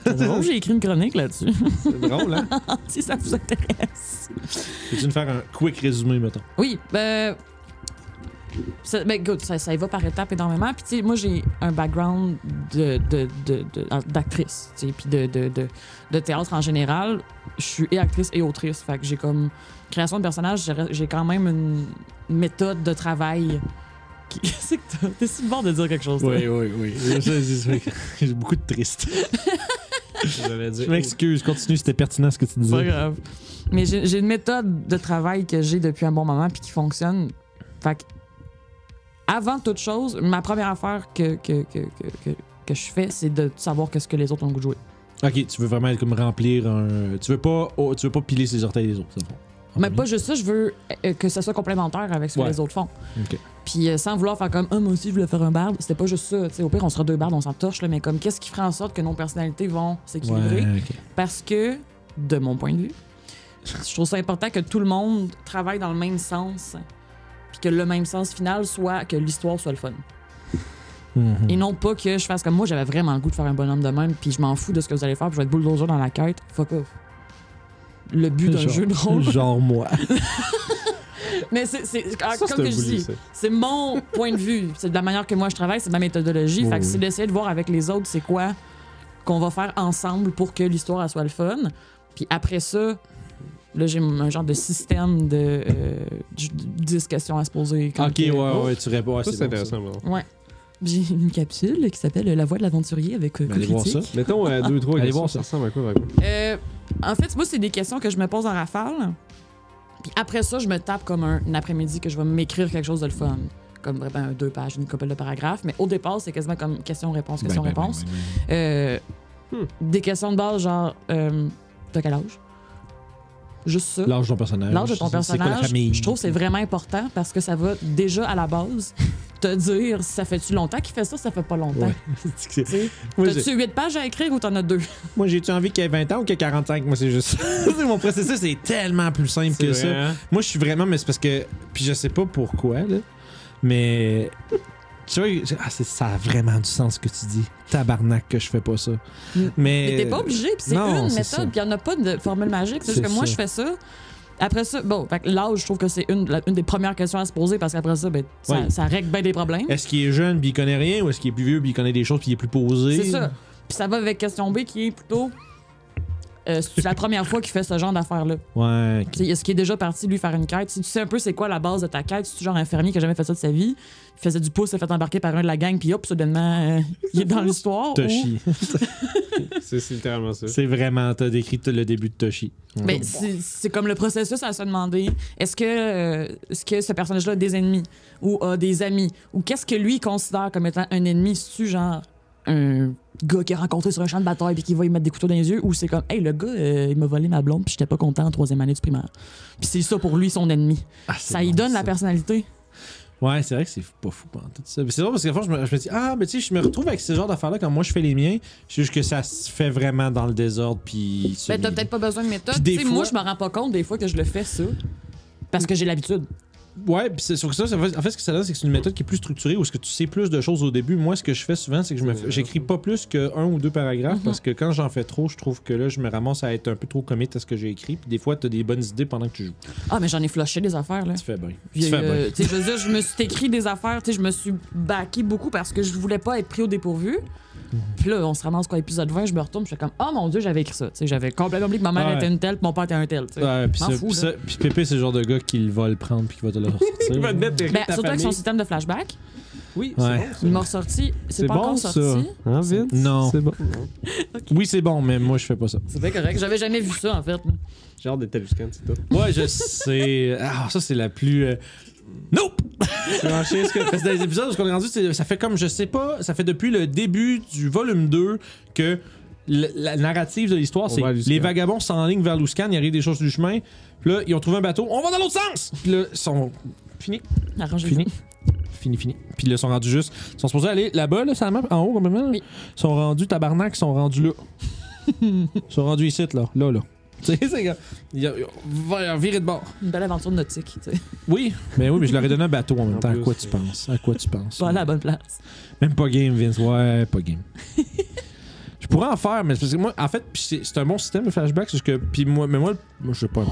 C'est drôle, j'ai écrit une chronique là-dessus, C'est drôle, hein? si ça vous intéresse. Peux-tu nous faire un quick résumé, mettons? Oui, ben. Ça, ben, écoute, ça, ça y va par étapes énormément. Puis, tu sais, moi, j'ai un background de- de- de- de- d'actrice, tu sais, puis de, de, de, de théâtre en général. Je suis et actrice et autrice. Fait que j'ai comme. Création de personnages, j'ai- j'ai quand même une méthode de travail. qui- C'est que t'as- t'es si bon de dire quelque chose, toi. oui, oui. J'ai beaucoup de triste. J'allais dire. Je m'excuse, continue, c'était pertinent ce que tu C'est pas disais. grave. Mais j'ai j'ai une méthode de travail que j'ai depuis un bon moment puis qui fonctionne. Fait que, avant toute chose, ma première affaire que, que, que, que, que- que je fais, c'est de savoir qu'est-ce que les autres ont le goût de Ah, jouer. Ok, tu veux vraiment être comme remplir un. Tu veux pas, oh, tu veux pas piler ses orteils des autres, c'est bon. Mais pas juste ça, je veux euh, que ça soit complémentaire avec ce que ben Ouais. les autres font. Ok. Puis euh, sans vouloir faire comme Ah, moi aussi, je voulais faire un barde, c'était pas juste ça. tu sais au pire, on sera deux bardes, on s'en torche, là, mais comme qu'est-ce qui ferait en sorte que nos personnalités vont s'équilibrer? Ouais, ok. parce que, de mon point de vue, je trouve ça important que tout le monde travaille dans le même sens, puis que le même sens final soit que l'histoire soit le fun. Mhm. Et non pas que je fasse comme moi, j'avais vraiment le goût de faire un bonhomme de même, puis je m'en fous de ce que vous allez faire, puis je vais être bulldozer dans la quête. Fuck off. Le but d'un Genre- jeu de rôle. Genre moi. Mais c'est, c'est- ah, Ça, c'est comme un que je bully, dis, ça. c'est mon point de vue. C'est de la manière que moi je travaille, c'est ma méthodologie. Oui, fait que oui. c'est d'essayer de voir avec les autres c'est quoi qu'on va faire ensemble pour que l'histoire elle soit le fun. Puis après ça, là j'ai un genre de système de euh, j- 10 questions à se poser. comme Ok, que- ouais, ouais, tu réponds. ouais, Ça, bon, c'est intéressant. bon. J'ai une capsule qui s'appelle La voix de l'aventurier avec euh, Ben, allez voir ça. Critique. Mettons euh, à 2 3 Allez voir ça ressemble à quoi par exemple? Euh, en fait, moi, c'est des questions que je me pose en rafale. Puis après ça, je me tape comme un, un après-midi que je vais m'écrire quelque chose de le fun. Comme vraiment deux pages, une couple de paragraphes. Mais au départ, c'est quasiment comme question-réponse, Ben, ben, ben, question-réponse. ben, ben. Euh, Hmm. Des questions de base, genre, euh, t'as quel âge? Juste ça. L'âge de ton personnage. L'âge de ton C'est quoi la personnage, famille? je trouve que c'est vraiment important parce que ça va déjà à la base te dire ça fait-tu longtemps qu'il fait ça, ça fait pas longtemps. Ouais. Tu sais, Moi, j'ai- T'as-tu 8 pages à écrire ou t'en as deux? Moi, j'ai-tu envie qu'il y ait 20 ans ou qu'il y ait 45? Moi, c'est juste. C'est Mon processus est tellement plus simple que ça. vrai, hein? Moi, je suis vraiment, mais c'est parce que. Puis je sais pas pourquoi, là. Mais. Tu vois, je- ah, c'est- ça a vraiment du sens ce que tu dis. Tabarnak que je fais pas ça. Mm. Mais. Mais t'es pas obligé, puis c'est non, une c'est ça. méthode, puis il n'y en a pas de formule magique. C'est C'est juste que moi, ça. je fais ça. Après ça, bon, fait que l'âge, je trouve que c'est une, la- une des premières questions à se poser parce qu'après ça, ben, ça, Ouais. ça règle bien des problèmes. Est-ce qu'il est jeune puis il connaît rien ou est-ce qu'il est plus vieux puis il connaît des choses puis il est plus posé? C'est ça. Puis ça va avec question B qui est plutôt. euh, c'est la première fois qu'il fait ce genre d'affaires-là. Ouais. ok. Tu sais, Est-ce qu'il est déjà parti lui faire une quête? Si tu sais un peu c'est quoi la base de ta quête, si tu genre un fermier qui a jamais fait ça de sa vie, il faisait du pouce, s'est fait embarquer par un de la gang, puis hop, soudainement, euh, il est dans l'histoire. ou- Toshi. C'est c'est littéralement ça. C'est vraiment, t'as décrit tout le début de Toshi. Ben, c'est c'est comme le processus à se demander est-ce que, euh, est-ce que ce personnage-là a des ennemis ou a des amis ou qu'est-ce que lui considère comme étant un ennemi C'est-tu genre un gars qu'il a rencontré sur un champ de bataille puis qui va lui mettre des couteaux dans les yeux ou c'est comme hey, le gars, euh, il m'a volé ma blonde puis j'étais pas content en troisième année du primaire. Puis c'est ça pour lui son ennemi. Ah, c'est Ça lui bon, donne la personnalité. Ouais, c'est vrai que c'est pas fou pendant tout ça. Mais C'est drôle parce que fois, je me, je me dis, ah, mais tu sais, je me retrouve avec ce genre d'affaires-là quand moi je fais les miens. C'est juste que ça se fait vraiment dans le désordre. Puis. Ben, celui- t'as peut-être pas besoin de méthode. Puis des Tu sais, Moi, fois- je me rends pas compte des fois que je le fais ça parce que j'ai l'habitude. Ouais, puis c'est sur ça, ça fait- en fait, ce que ça donne, c'est que c'est une méthode qui est plus structurée où est-ce que tu sais plus de choses au début. Moi, ce que je fais souvent, c'est que je me fais- j'écris pas plus que un ou deux Mhm. paragraphes parce que quand j'en fais trop, je trouve que là, je me ramasse à être un peu trop commit à ce que j'ai écrit. Puis des fois, t'as des bonnes idées pendant que tu joues. Ah, mais j'en ai flushé des affaires là. Tu fais bien. Tu Puis, fais bien. euh, tu sais, je veux dire, je me suis écrit des affaires, tu sais, je me suis baqué beaucoup parce que je voulais pas être pris au dépourvu. Puis là, on se ramasse quoi, épisode 20, je me retourne, je suis comme, oh mon dieu, j'avais écrit ça. Tu sais, j'avais complètement oublié que ma mère Ouais. était une telle, puis mon père était un tel. tu sais. Ouais, puis M'en ça- fous, puis là. ça- puis Pépé, c'est le genre de gars qui le va le prendre puis qui va te le ressortir. Il va te mettre tes Ben, ta surtout avec famille. son système de flashback, Oui, Ouais. c'est il bon. m'a ressorti, c'est C'est pas bon encore ça. sorti. Hein, Vince? Non. C'est bon. Oui, c'est bon, mais moi, je fais pas ça. C'est bien correct, j'avais jamais vu ça en fait. J'ai hâte d'être Taluscan, c'est tout. Ouais, je sais. Ah, ça, c'est la plus. euh, Nope! Tu vas enchaîner ce que Parce que dans les épisodes où on est rendu, c'est- ça fait comme, je sais pas, ça fait depuis le début du volume 2 que le- la narrative de l'histoire, On c'est va à Luscan. les vagabonds s'enlignent vers Luscan, il arrive des choses du chemin. Puis là, ils ont trouvé un bateau. On va dans l'autre sens! Puis là, ils sont. Fini, Arrangez-vous. fini. Fini, fini. Puis là, ils sont rendus juste. Ils sont supposés aller là-bas, là, sur la map, en haut, complètement. là. Oui. Ils sont rendus tabarnak, ils sont rendus là. ils sont rendus ici, là. Là, là. Tu sais, c'est comme- ils ont- ils ont viré de bord. Une belle aventure nautique. Tu sais. Oui, mais oui, mais je leur ai donné un bateau en même En temps. plus, à quoi tu euh, penses À quoi tu penses Pas aller à la bonne place. Même pas game, Vince. Ouais, pas game. je pourrais en faire, mais c'est parce que moi, en fait, pis c'est c'est un bon système de flashback. C'est juste que, puis moi, mais moi, moi, je sais pas.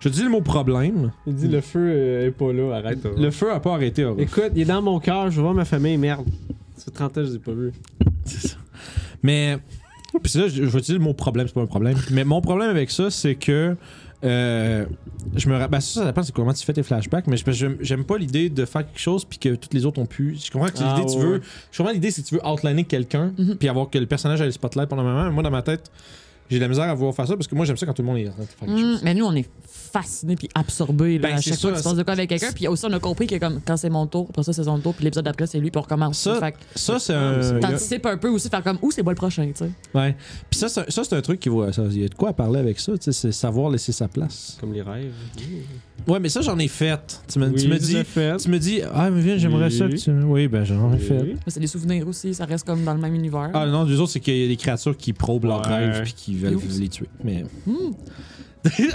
Je dis le mot problème. Il dit le feu euh, est pas là, arrête. Aurore. Le feu a pas arrêté, Aurore. Écoute, il est dans mon cœur, je vais voir ma famille, merde. Ça fait 30 ans, je les ai pas vus. C'est ça. Mais. Puis là, je, je vais utiliser le mot problème, c'est pas un problème. Mais mon problème avec ça, c'est que. euh, je me rappelle. ça, ça dépend, c'est comment tu fais tes flashbacks, mais je- parce que j'aime- j'aime pas l'idée de faire quelque chose puis que toutes les autres ont pu. Je comprends que Ah, l'idée, tu ouais, veux. ouais. Mm-hmm. Je comprends l'idée, c'est que tu veux outliner quelqu'un Mhm. puis avoir que le personnage ait le spotlight pendant un moment. Moi, dans ma tête, j'ai de la misère à vouloir faire ça parce que moi, j'aime ça quand tout le monde est en train de faire quelque Mm, chose. mais nous, on est fascinés puis absorbés là, Ben, à c'est chaque ça, fois qu'il se passe de quoi avec quelqu'un. Puis aussi, on a compris que comme, quand c'est mon tour, après ça, c'est son tour, puis l'épisode d'après, c'est lui, puis on recommence. Ça, fait que Ça, c'est un. c'est il Euh, y a- t'anticipes un peu aussi, de faire comme, où c'est moi le prochain, tu sais. Ouais. Puis ça, c'est un- ça, c'est un truc qui va. ça- Il y a de quoi à parler avec ça, tu sais, c'est savoir laisser sa place. Comme les rêves. Ouais, mais ça, j'en ai fait. Tu me, Oui, tu me je dis. l'ai fait. Tu me dis, ah, mais viens, j'aimerais Oui. ça que tu. Oui, ben j'en ai Oui. fait. Mais C'est des souvenirs aussi, ça reste comme dans le même univers. Ah non, les autres, c'est qu'il y a des créatures qui probent leurs Ouais. rêves puis qui veulent Oups. les tuer. Mais. Hmm.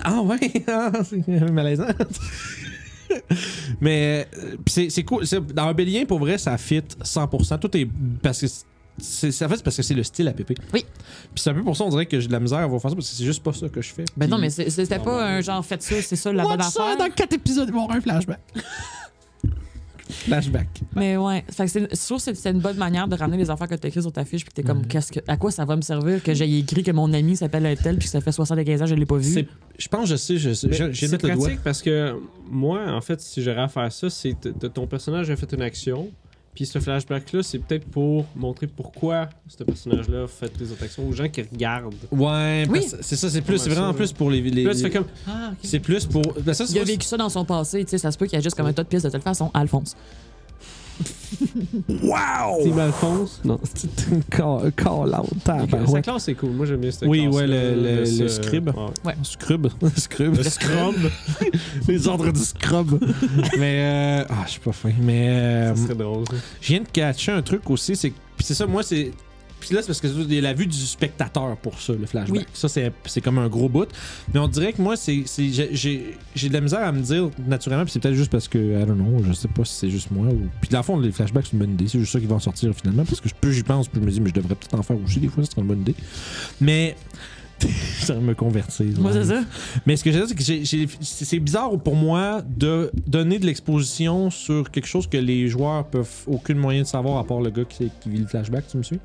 ah ouais, ah, c'est malaisant. mais euh, pis c'est c'est cool. C'est- Dans Rebellion, pour vrai, ça fit 100%. Tout est. Parce que. C'est, c'est- en fait, c'est parce que c'est le style à Pépé. Oui. Puis c'est un peu pour ça, on dirait que j'ai de la misère à voir faire ça parce que c'est juste pas ça que je fais. Ben non, mais Puis- c'est- c'était Non, pas mais- un genre, faites ça, c'est ça la bonne Watch ça affaire. dans 4 épisodes, ils vont avoir un flashback. flashback. Mais ouais, fait que c'est- je trouve que c'est- c'est une bonne manière de ramener les affaires que t'as écrites sur ta fiche, puis que t'es Mm. comme, qu'est-ce que, à quoi ça va me servir que j'ai écrit que mon ami s'appelle un tel, puis que ça fait 75 ans que je l'ai pas vu. C'est- Je pense, je sais, je sais. Mais J'ai j'ai c'est mettre le doigt. pratique parce que moi, en fait, si j'aurais à faire ça, c'est t- t- ton personnage a fait une action, puis ce flashback-là, c'est peut-être pour montrer pourquoi ce personnage-là fait des autres actions aux gens qui regardent. Ouais, Oui. parce- c'est ça, c'est plus, Comment c'est vraiment ça, plus pour les. les- Puis là, tu fais comme. C'est plus pour. ben ça, c'est Il a vécu ça dans son passé, tu sais, ça se peut qu'il agisse comme un tas de pièces de telle façon, Alphonse. Team Alphonse. Non. C'est une call, out. Sa classe, c'est cool. Moi, j'aime bien cette Oui, classe-là, ouais, le- de le- ce- le scribe. Ouais. Scrub. Scrub. Le scrub. Les ordres du scrub. mais. euh, Ah, je suis pas fin. Mais. euh, Ça serait drôle. ça. Je viens de catcher un truc aussi, c'est. Puis c'est ça, moi, c'est. Puis là, c'est parce que c'est la vue du spectateur pour ça, le flashback. Oui. Ça, c'est c'est comme un gros bout. Mais on dirait que moi, c'est c'est- j'ai- j'ai j'ai de la misère à me dire naturellement, puis c'est peut-être juste parce que, I don't know, je sais pas si c'est juste moi. Ou... Puis dans le fond, les flashbacks, c'est une bonne idée. C'est juste ça qui va en sortir finalement, parce que je peux, j'y pense, puis je me dis, mais je devrais peut-être en faire aussi des fois, c'est une bonne idée. Mais. ça me convertir. Moi, ouais. c'est ça. Mais ce que j'ai dit, c'est que j'ai- j'ai- c'est c'est bizarre pour moi de donner de l'exposition sur quelque chose que les joueurs peuvent aucune moyen de savoir à part le gars qui, qui vit le flashback, tu me suis?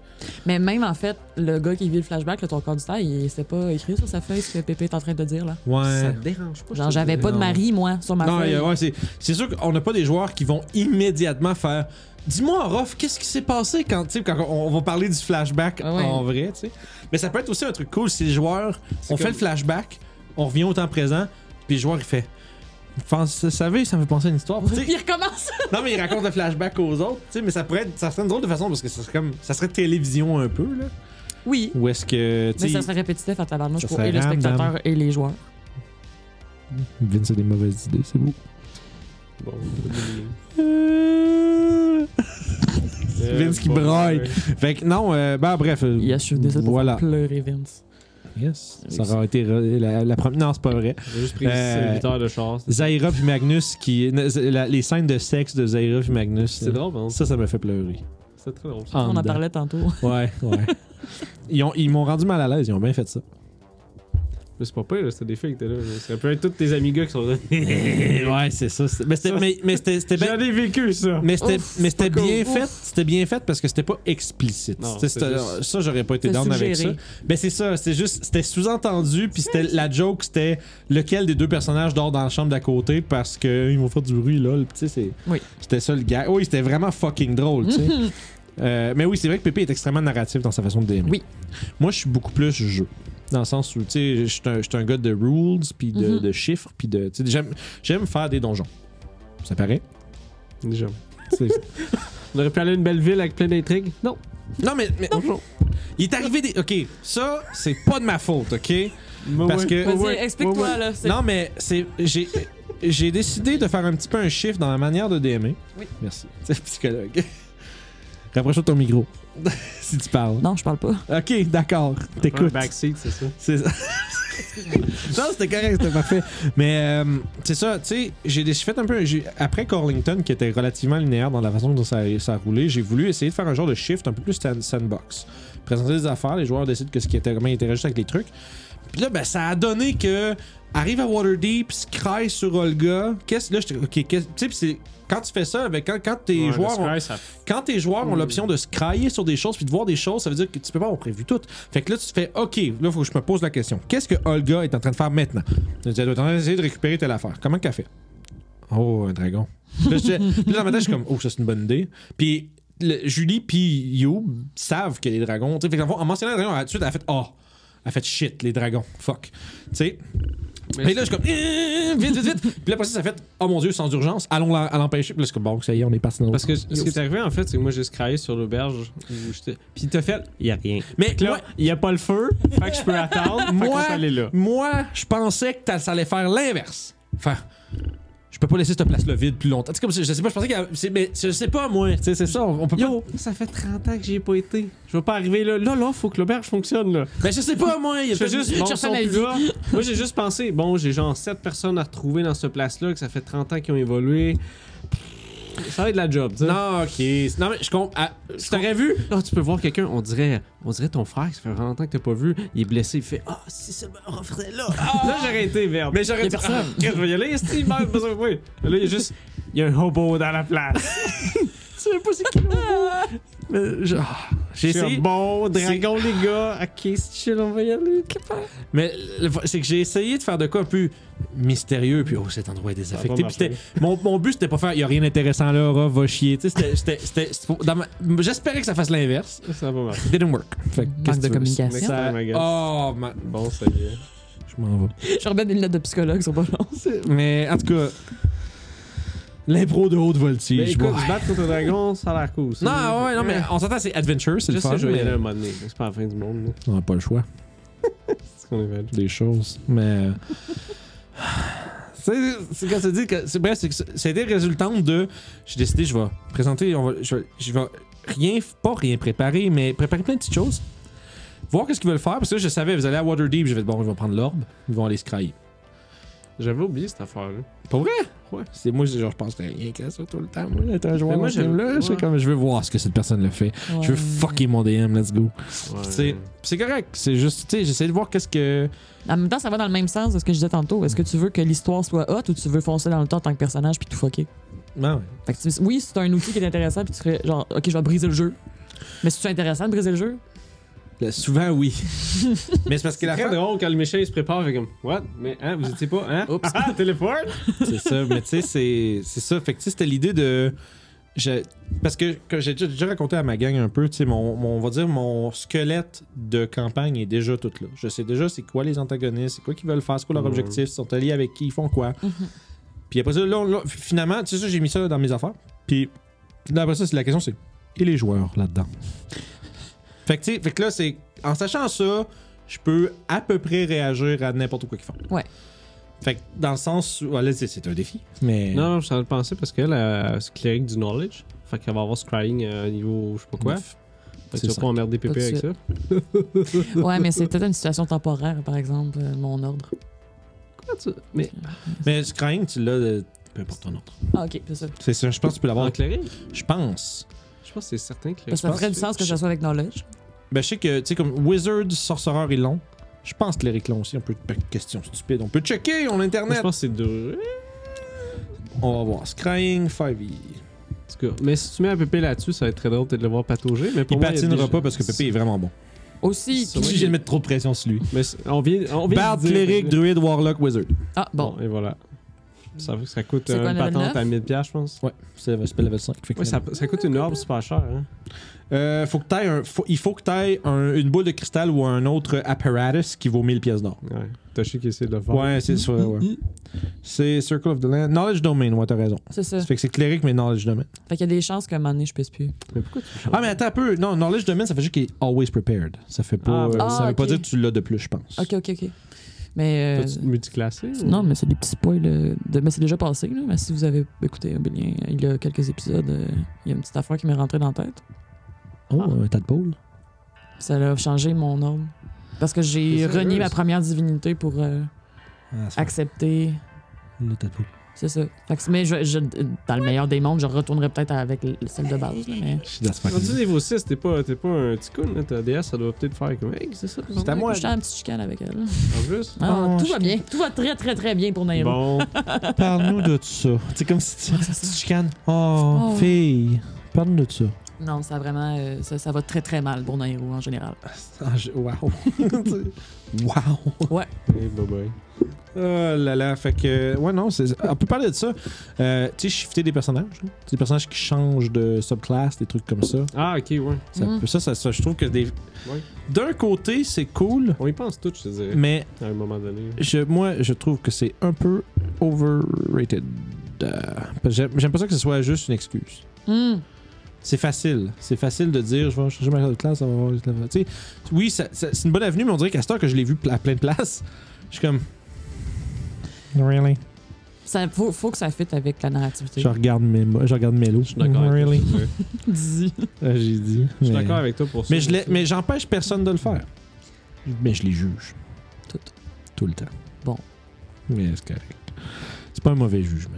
Mais même en fait, le gars qui vit le flashback, le ton conducteur, il s'est pas écrit sur sa feuille ce que Pépé est en train de dire là. Ça te dérange pas. Genre, j'avais pas de non. mari, moi, sur ma Non, feuille. euh, ouais, c'est c'est sûr qu'on n'a pas des joueurs qui vont immédiatement faire Dis-moi, Rof, qu'est-ce qui s'est passé quand, tu sais, quand on, on va parler du flashback Ah ouais. en vrai? tu sais. Mais ça peut être aussi un truc cool si les joueurs, on fait comme- le flashback, on revient au temps présent, puis le joueur il fait. Pense, vous savez, ça me fait penser à une histoire. Tu sais, Il recommence. Non, mais il raconte le flashback aux autres, tu sais, mais ça pourrait être, ça serait une drôle de façon parce que ça serait comme, ça serait télévision un peu, là. Oui. Ou est-ce que, Mais tu sais, ça serait répétitif à tabarnouche ça pour serait et le random. spectateur et les joueurs. Vince a des mauvaises idées, c'est beau. Bon, pas de mini. Vince qui Euh, bon, braille. ouais. Fait que non, euh, ben bref. euh, Yes, je suis désolé pour Voilà. faire pleurer Vince. Yes. Ça aurait été re- la, la première. Non, c'est pas vrai. J'ai juste pris 8 Euh, heures de chasse. Zaira puis Magnus qui, ne- la- les scènes de sexe de Zaira puis Magnus. C'est drôle, par contre. Ça, ça m'a fait pleurer. C'est très drôle. En On en dedans. parlait tantôt. Ouais, ouais. Ils ont- ils m'ont rendu mal à l'aise, ils ont bien fait ça. Mais c'est pas pire, là, c'était des filles que t'es là. là. Ça peut être tous tes amis gars qui sont là. ouais, c'est ça. c'est- Mais c'était- Ça- mais- mais c'était c'était bien. J'en ai vécu ça. Mais c'était Ouf, mais c'était pas cool. bien Ouf. fait, c'était bien fait parce que c'était pas explicite. Non, Tu sais, c'est c'était- juste- ça j'aurais pas été C'est down avec ça. suggéré. Mais c'est ça, c'est juste c'était sous-entendu puis c'était la joke c'était lequel des deux personnages dort dans la chambre d'à côté parce que euh, ils vont faire du bruit là, tu sais c'est Oui. C'était ça le gars. Oui, c'était vraiment fucking drôle, tu sais. Euh, mais oui, c'est vrai que Pépé est extrêmement narratif dans sa façon de DM. Oui. Moi, je suis beaucoup plus jeu. Dans le sens où, tu sais, je suis un, je suis un gars de rules, puis de, Mhm. de chiffres, puis de. tu sais, J'aime j'aime faire des donjons. Ça paraît. Déjà. C'est- On aurait pu aller à une belle ville avec plein d'intrigues. Non. Non, mais. mais- Il est arrivé des. Ok, ça, c'est pas de ma faute, ok? Parce que- Vas-y, ouais, explique-toi, ouais, ouais. là. c'est- Non, mais c'est. J'ai. J'ai décidé de faire un petit peu un chiffre dans la manière de DMer. Oui. Merci. C'est psychologue. Rapproche-toi de ton micro. si tu parles. Non, je parle pas. Ok, d'accord. Un T'écoutes. backseat, c'est ça. C'est ça. non, c'était correct, c'était parfait. Mais euh, c'est ça, tu sais, j'ai j'ai fait un peu. j'ai- Après Corlington, qui était relativement linéaire dans la façon dont ça, a- ça a roulé, j'ai voulu essayer de faire un genre de shift un peu plus sand- sandbox. Présenter des affaires, les joueurs décident que ce qui était vraiment interagissent avec les trucs. Puis là, ben, ça a donné que. Arrive à Waterdeep, Scry sur Olga. Qu'est-ce. Là, j'étais. Ok, qu'est-ce. Tu sais, puis c'est. Quand tu fais ça, ben, quand, quand tes Ouais, joueurs. le ont- Sky, ça- Hmm. quand tes joueurs ont l'option de scrailler sur des choses puis de voir des choses, ça veut dire que tu peux pas avoir prévu tout. Fait que là, tu te fais OK, là, faut que je me pose la question. Qu'est-ce que Olga est en train de faire maintenant Elle dit, Elle doit être en train d'essayer de récupérer telle affaire. Comment qu'elle fait Oh, un dragon. Là, je, puis là, dans ma tête, je suis comme, oh, ça, c'est une bonne idée. Puis le- Julie puis You savent que les dragons. tu sais, Fait qu'en fond, en mentionnant les dragons, elle, tout de suite, elle a fait, oh, elle a fait shit, les dragons. Fuck. Tu sais, et là, je suis comme, Euh, vite, vite, vite. Puis là, après ça, ça fait, oh mon dieu, sans urgence, allons la- à l'empêcher. Puis là, je suis comme, bon, ça y est, on est parti dans Parce que ce qui est arrivé, en fait, c'est que moi, j'ai scryé sur l'auberge. où j'étais- Puis t'as fait. Y'a rien. Mais Fait que ouais. là, y'a pas le feu. Fait que je peux attendre. Fait qu'on Moi, peut aller là. moi, je pensais que t'as- ça allait faire l'inverse. Enfin, je peux pas laisser cette place-là vide plus longtemps. C'est comme si- je sais pas, je pensais que c'est- mais je sais pas moi, tu sais, c'est ça, on, on peut pas. Yo, ça fait 30 ans que j'y ai pas été. Je vais pas arriver là. Là, là, faut que l'auberge fonctionne, là. Mais je sais pas moi, il y a Je fais peut-être- juste, bon, je ils sont refais ma plus là. Moi, j'ai juste pensé, bon, j'ai genre 7 personnes à retrouver dans ce place-là, que ça fait 30 ans qu'ils ont évolué. Ça va être de la job, tu sais. Non, OK. Non mais je compte ah, je t'aurais vu Là, tu peux voir quelqu'un, on dirait, on dirait ton frère, ça fait vraiment longtemps que t'as pas vu, il est blessé, il fait Ah, si ça me referait là. Ah! Là, j'aurais été verbe. mais j'aurais Y a dit personne. ah, Chris, je vais y aller, hein, est-ce qu'il meurt? Pas sûr, oui. Mais Là, il y a juste. Il y a un hobo dans la place. tu sais pas c'est qui le hobo? mais je- ah, j'ai C'est essayé un bon dragon, les gars. Ok, c'est chill, on va y aller. mais le- c'est que j'ai essayé de faire de quoi un peu mystérieux puis oh cet endroit est Ça a désaffecté pas puis marché. c'était mon, mon but c'était pas faire il y a rien d'intéressant là, Aura, va chier, tu sais c'était- c'était c'était- c'était- dans ma- j'espérais que ça fasse l'inverse. Ça va mal. Didn't work. Fait que, qu'est-ce Manque que de tu veux? communication. Ça, ma gueule. Oh, ma- Bon, ça y est. je m'en vais. Je remets des notes de psychologue, sur pas long. Mais en tout cas, l'impro de haute Mais voltige. Ben, écoute, ouais. se battre contre un dragon, ça a l'air cool. ça. Ben, Non, ouais, non, mais on s'entend, c'est adventure, c'est Je le sais fun. que je vais y mais- aller un moment donné. C'est pas la fin du monde, là. On n'a pas le choix. C'est ce qu'on est valu. Des choses. Mais. c'est c'est quand tu dis que. c'est- Bref, c'est que ça- ça a été résultante de. J'ai décidé, je vais présenter. On va, je, vais- je vais rien. Pas rien préparer, mais préparer plein de petites choses. Voir qu'est-ce qu'ils veulent faire. Parce que là, je savais, vous allez à Waterdeep. Je vais bon, ils vont prendre l'orbe. Ils vont aller scrailler. J'avais oublié cette affaire-là. Pour vrai? Ouais. C'est moi, c'est genre, je pense que rien qu'à ça tout le temps. Moi, d'être un joueur moi, moi, j'aime- là, je ouais. sais comme, je veux voir ce que cette personne le fait. Je veux fucker mon DM, let's go. C'est- C'est correct. C'est juste, tu sais, j'essaie de voir qu'est-ce que. En même temps, ça va dans le même sens de ce que je disais tantôt. Est-ce que tu veux que l'histoire soit hot ou tu veux foncer dans le temps en tant que personnage puis tout fucker? Non, ouais. Fait que tu- oui, c'est un outil qui est intéressant puis tu ferais genre, OK, je vais briser le jeu. Mais si tu intéressant de briser le jeu, Là, ben, souvent, oui. Mais c'est parce que C'est la très fin. drôle quand le méchant il se prépare, il fait comme What? Mais hein, vous étiez pas, Oh. hein? Oups. Ah, téléphone! C'est ça, mais tu sais, c'est c'est ça. Fait que, tu sais, c'était l'idée de. je- Parce que, que j'ai déjà- déjà raconté à ma gang un peu, tu sais, mon, mon- on va dire mon squelette de campagne est déjà tout là. Je sais déjà c'est quoi les antagonistes, c'est quoi qu'ils veulent faire, c'est quoi leur Mhm. objectif, ils sont alliés avec qui, ils font quoi. Puis après ça, là, on- là, finalement, tu sais, ça, j'ai mis ça dans mes affaires. Puis là, après ça, c'est la question, c'est et les joueurs là-dedans. fait que tu sais, fait que là, c'est en sachant ça, je peux à peu près réagir à n'importe quoi qu'ils font. Ouais. Fait que dans le sens où, ouais, là, c'est- c'est un défi, mais Non, je suis en train de penser parce qu'elle euh, c'est cleric du knowledge. Fait qu'elle va avoir scrying à un niveau je sais pas quoi. Neuf. C'est Fait que tu vas ça. pas emmerder Pas pépé de avec ça. suite. ouais, mais c'est peut-être une situation temporaire, par exemple, euh, mon ordre. Quoi, tu- Mais mais Scrying, tu l'as, de- peu importe ton autre. Ah, OK, c'est ça. C'est ça, je pense que tu peux l'avoir. en cleric? Je pense. Je pense que c'est certain que Parce que ça ferait du que- sens que ça soit avec Knowledge. Ben, je sais que, tu sais, comme Wizard, Sorcerer et Long, je pense que les long aussi, on peut. ben, Question stupide, on peut checker, on a Mais Je internet. pense que c'est deux. On va voir. Scrying E. 5e. En tout cas, mais si tu mets un pépé là-dessus, ça va être très drôle peut-être de le voir patauger. Mais pour Il moi, patinera déjà- pas parce que Pépé est vraiment bon. Aussi, Ça, puis- oui. mettre trop de pression sur lui. Mais c'est- on vient. On vient Bard, de dire- cléric, druide, warlock, wizard. Ah, bon. Bon, et voilà. Ça, ça coûte C'est quoi, euh, une level patente neuf? à 1000$, je pense. Ouais, c'est le level 5. Ouais, ça, ça coûte une orbe super chère. Hein. Euh, faut que t'ailles un- faut- il faut que tu ailles une boule de cristal ou un autre apparatus qui vaut 1000 pièces d'or. Ouais. Toshi qui essaie de le faire. Ouais, c'est ça. ouais. Mm-hmm. C'est Circle of the Land. Knowledge Domain, ouais, t'as raison. C'est ça. Ça fait que c'est cleric, mais Knowledge Domain. Fait qu'il y a des chances qu'à un moment donné, je puisse plus. Mais pourquoi tu changes? Ah, mais attends un peu. Non, Knowledge Domain, ça fait juste qu'il est always prepared. Ça fait pas. Ah, euh, ah, ça veut pas ok. dire que tu l'as de plus, je pense. Ok, ok, ok. Mais. euh, T'as-tu multiclassé? ou- Non, mais c'est des petits spoils. euh, De... Mais c'est déjà passé, là. Mais si vous avez écouté Obélien, il y a quelques épisodes, euh, il y a une petite affaire qui m'est rentrée dans la tête. Oh, Ah. un tas de pôles. Ça a changé mon ordre. Parce que j'ai C'est sérieux, renié ma ça? première divinité pour euh, Ah, accepter. Le tas de pôles. C'est ça. Fait que- mais je, je- dans le meilleur des mondes, je retournerai peut-être avec l- celle de base. là, mais... Je suis dans ce Quand tu fucking- niveau 6, t'es pas, t'es pas un petit con, là. Ta DS, ça doit peut-être faire comme. Hey, c'est ça, le C'est à bordel? moi. J'étais en petite chicane avec elle. En plus. Ah, Oh, tout je- va bien. Tout va très, très, très bien pour Nairo. Bon. Parle-nous de ça. C'est comme si Ouais, c'est ça. tu chicanes. Oh, Oh. fille. Parle-nous de ça. Non, ça vraiment, euh, ça, ça va très, très mal pour Nairo en général. Ah, je- Wow. wow. hey, bye bye. Oh là là, fait que. Ouais, non, c'est- on peut parler de ça. Euh, tu sais, shifter des personnages. hein. Des personnages qui changent de subclasse, des trucs comme ça. Ah, ok, ouais. Ça, Mhm. peut- ça, ça, ça, je trouve que des. Ouais. D'un côté, c'est cool, On y pense tous, je te dirais, mais à un moment donné. je, moi, je trouve que c'est un peu overrated. Euh, parce que J'aime j'aime pas ça que ce soit juste une excuse. Hum. C'est facile. C'est facile de dire, je vais changer ma carte de classe, ça va avoir- ça va- tu sais, oui, ça- ça- c'est une bonne avenue, mais on dirait qu'à cette heure que je l'ai vu pla- à plein de places, je suis comme. Really? Ça, faut, faut que ça fitte avec la narrativité. Je regarde mes, mo- je regarde Melo. Je suis d'accord avec Really? toi. Ouais. Dis. Ah, J'ai dit. Je suis mais- d'accord avec toi pour ça. Mais je l'ai- mais j'empêche personne de le faire. Mais je les juge. Tout. Tout le temps. Bon. Mais c'est correct. C'est pas un mauvais jugement.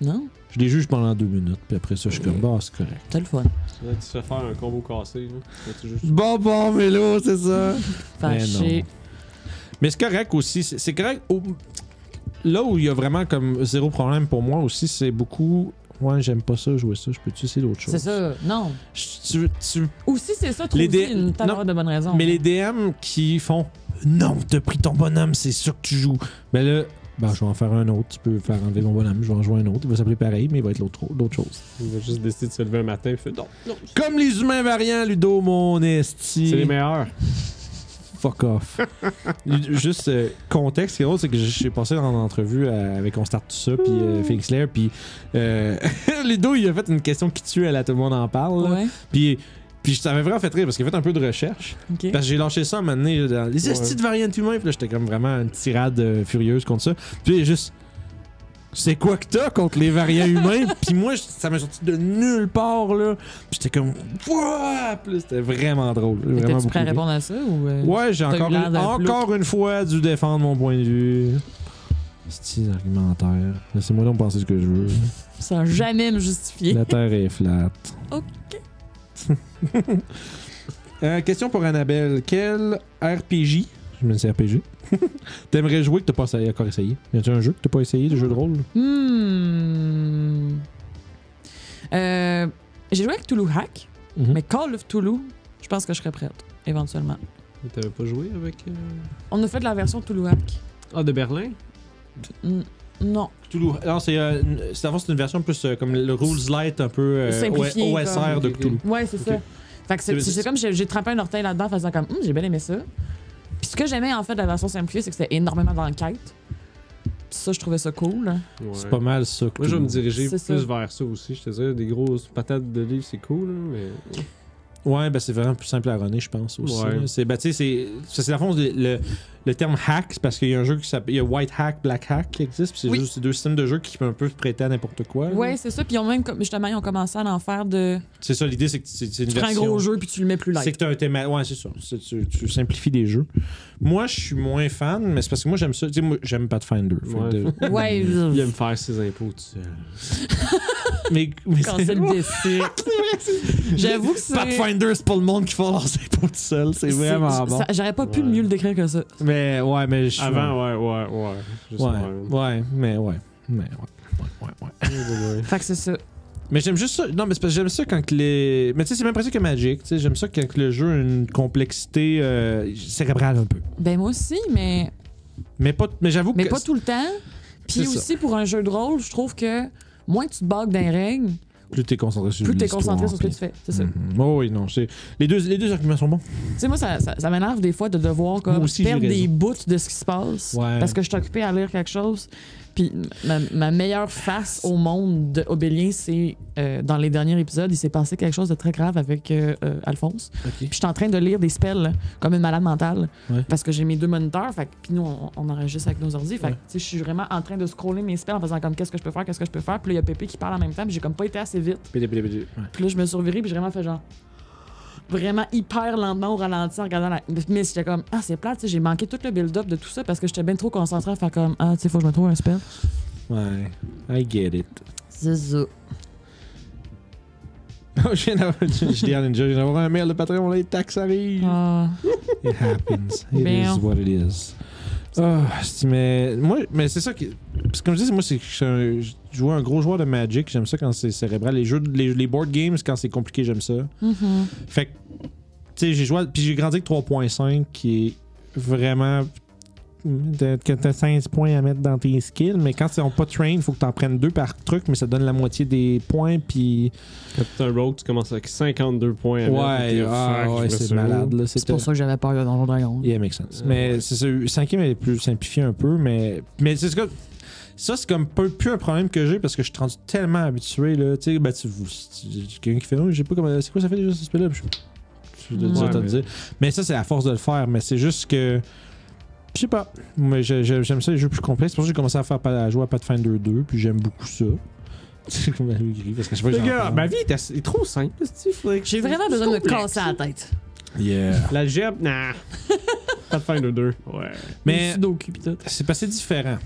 Non, Je les juge pendant deux minutes, puis après ça, je suis comme, bah, c'est correct. t'as le fun. Là, tu te fais faire un combo cassé. Là. Là, tu juste- Bon, bon, Mélo, c'est ça. Fâché. Mais c'est correct aussi. C'est c'est correct. au- Là où il y a vraiment comme zéro problème pour moi aussi, c'est beaucoup. Ouais, j'aime pas ça, jouer ça. Je peux-tu essayer d'autres choses? C'est ça. Non. Je- tu- tu- Ou si c'est ça, Les trouve dé- une t'as non. l'air de bonne raison. Mais les DM qui font Non, t'as pris ton bonhomme, c'est sûr que tu joues. Mais là, ben, je vais en faire un autre. Tu peux faire enlever mon bonhomme, je vais en jouer un autre. Il va s'appeler pareil, mais il va être l'autre l'autre chose. Il va juste décider de se lever un matin et fait non, non. Comme les humains variants, Ludo, mon esti. C'est les meilleurs. Fuck off. Juste euh, contexte, ce qui est drôle, c'est que j'ai passé dans une entrevue à- avec On Start Tout Ça, puis euh, Phoenix Lair, puis euh, Ludo, il a fait une question qui tue, à la tout le monde en parle. là. Ouais, Puis, puis ça m'avait vraiment fait rire parce qu'il a fait un peu de recherche. ok. Parce que j'ai lâché ça à un moment donné, dans les estis de variantes humains, puis là j'étais comme vraiment une tirade euh, furieuse contre ça. Puis il est juste. C'est quoi que t'as contre les variants humains? Puis moi, je- ça m'a sorti de nulle part, là. Puis j'étais comme. Wouah! Puis là, c'était vraiment drôle. Mais Vraiment T'es-tu beaucoup prêt à ri. répondre à ça ou. euh, Ouais, j'ai T'as encore, eu l'air une, d'un encore une fois dû défendre mon point de vue. C'est argumentaire. Laissez-moi donc penser ce que je veux. Sans jamais me justifier. La terre est flat. Ok. Euh, question pour Annabelle. Quel RPG, je me dis RPG, t'aimerais jouer que t'as pas essayé- encore essayé? Y a-tu un jeu que t'as pas essayé, de jeu de rôle? Hmm. Euh, J'ai joué avec Toulouse Hack, Mhm. mais Call of Toulouse, je pense que je serais prête, éventuellement. Mais T'avais pas joué avec. euh, On a fait de la version Toulouse Hack. Ah, de Berlin Hmm, Non. Cthulhu. Non, c'est euh, une- c'est avant, c'est une version plus euh, comme le Rules Light, un peu euh, Simplifié, O- OSR de comme. Cthulhu. Ouais, c'est Ok. ça. Fait que c'est- C'est- c'est c'est- comme j'ai j'ai trempé un orteil là-dedans en faisant comme Hum, j'ai bien aimé ça. Puis ce que j'aimais en fait de la version simplifiée, c'est que c'était énormément d'enquête. Puis ça, je trouvais ça cool. Ouais. C'est pas mal ça. Moi, je vais me diriger C'est plus ça. vers ça aussi. Je te dirais, des grosses patates de livres, c'est cool, hein, mais. Mm. Ouais, ben c'est vraiment plus simple à runner, je pense aussi. Ouais. là. C'est, ben, tu sais, c'est, ça, c'est la fond le, le- le terme hack, c'est parce qu'il y a un jeu qui s'appelle, il y a white hack, black hack qui existe, puis c'est Oui. juste ces deux systèmes de jeu qui peuvent un peu se prêter à n'importe quoi. là. Ouais, c'est ça. Puis ils ont même, comme- justement, ils ont commencé à en faire de. C'est ça l'idée, c'est que c'est, c'est une Tu prends un version. gros jeu puis tu le mets plus C'est light. que t'as un thème. Ouais, c'est ça. C'est- tu, tu simplifies des jeux. Moi, je suis moins fan, mais c'est parce que moi j'aime ça. Tu sais, moi, j'aime Pathfinder. fait Ouais. de- Ouais, Il je- aime faire ses impôts tout seul. mais, mais quand c'est le décès. J'avoue que c'est. Pathfinder, c'est pas le monde qui fait leurs impôts tout seul. C'est c'est- vraiment bon. ça- J'aurais pas pu Ouais. mieux le décrire que ça. Mais ouais, mais je suis- Avant, ouais, ouais, ouais. Juste Ouais, ouais. ouais, mais ouais. Mais ouais. Ouais, ouais, ouais. Ouais, ouais. Fait que c'est ça. Mais j'aime juste ça. Non, mais c'est parce que j'aime ça quand que les. Mais tu sais, c'est même presque que Magic. Tu sais, j'aime ça quand que le jeu a une complexité euh, cérébrale un peu. Ben moi aussi, mais, Mais pas. Mais j'avoue mais que. pas tout le temps. Puis C'est ça. aussi pour un jeu de rôle, je trouve que moins tu te bogues dans les règles, Plus t'es concentré sur Plus t'es l'histoire, concentré sur ce que puis- tu fais. C'est ça. Mhm. Oh oui, non. c'est- Les deux, les deux arguments sont bons. Tu sais, moi, ça, ça, ça m'énerve des fois de devoir comme, Moi aussi, j'ai perdre des raison. bouts de ce qui se passe Ouais. parce que je suis occupé à lire quelque chose. Puis ma, ma meilleure face au monde de Obélien, c'est euh, dans les derniers épisodes, il s'est passé quelque chose de très grave avec euh, euh, Alphonse. Puis je suis en train de lire des spells là, comme une malade mentale Ouais. parce que j'ai mes deux moniteurs. Fait que- puis nous, on, on enregistre avec nos ordi. Fait que, tu sais, je suis vraiment en train de scroller mes spells en faisant comme qu'est-ce que je peux faire, qu'est-ce que je peux faire. Puis là, il y a Pépé qui parle en même temps. Puis j'ai comme pas été assez vite. Pédé, pédé, pédé. Ouais. Puis là, je me suis revirée, puis j'ai vraiment fait genre. Vraiment hyper lentement au ralenti en regardant la. Mais j'étais comme, ah, c'est plate, tu sais, j'ai manqué tout le build-up de tout ça parce que j'étais bien trop concentrée à faire comme, ah, tu sais, faut que je me trouve un spell. Ouais. I get it. C'est ça. Oh, je viens d'avoir- je je dis à Ninja, je viens d'avoir un mail de Patreon, les taxes arrivent. Ah, It happens. It Bien. is what it is. Ah, c'est- mais moi, mais c'est ça qui. Parce que comme je dis, moi, c'est que je suis un- je joue un gros joueur de Magic. J'aime ça quand c'est cérébral. Les jeux, de- les, les board games, quand c'est compliqué, j'aime ça. mhm. Fait que, tu sais, j'ai joué. à- Puis j'ai grandi avec 3.5 qui est vraiment. de- que t'as 16 points à mettre dans tes skills, mais quand ils ont pas train, faut que t'en prennes deux par truc, mais ça donne la moitié des points, puis. Quand t'es un rogue, tu commences avec 52 points. à mettre, puis t'es, ah, fuck, je ouais, me c'est suis- malade, là. C'est pour c'était- ça que j'avais peur de Donjon Dragon. Yeah, makes sense. Euh, Mais c'est ça, le cinquième est plus simplifié un peu, mais, mais c'est ce que. Ça, c'est comme peu, plus un problème que j'ai parce que je suis rendu tellement habitué. Là, tu sais, ben, tu, vous- tu- quelqu'un qui fait, oh, j'ai pas comment. C'est quoi ça fait déjà ce spell-là? Puis Je je- je- je- je- Ouais, je- je- je- je- mais- Mais ça, c'est à force de le faire, mais c'est juste que. Je sais pas. Mais je- je- j'aime ça, les jeux plus complexes. C'est pour ça que j'ai commencé à, faire, à jouer à Pathfinder 2, puis j'aime beaucoup ça. C'est comme la gris, parce que je sais pas Les j'en gars, parle. ma vie est, assez- est trop simple. c'est-tu, faudrait que- J'ai vraiment c'est besoin de me complexe. casser la tête. Yeah. L'algèbre, nah. Pas de fin de deux. Ouais. Mais Sudoku, pis tout. c'est passé différent.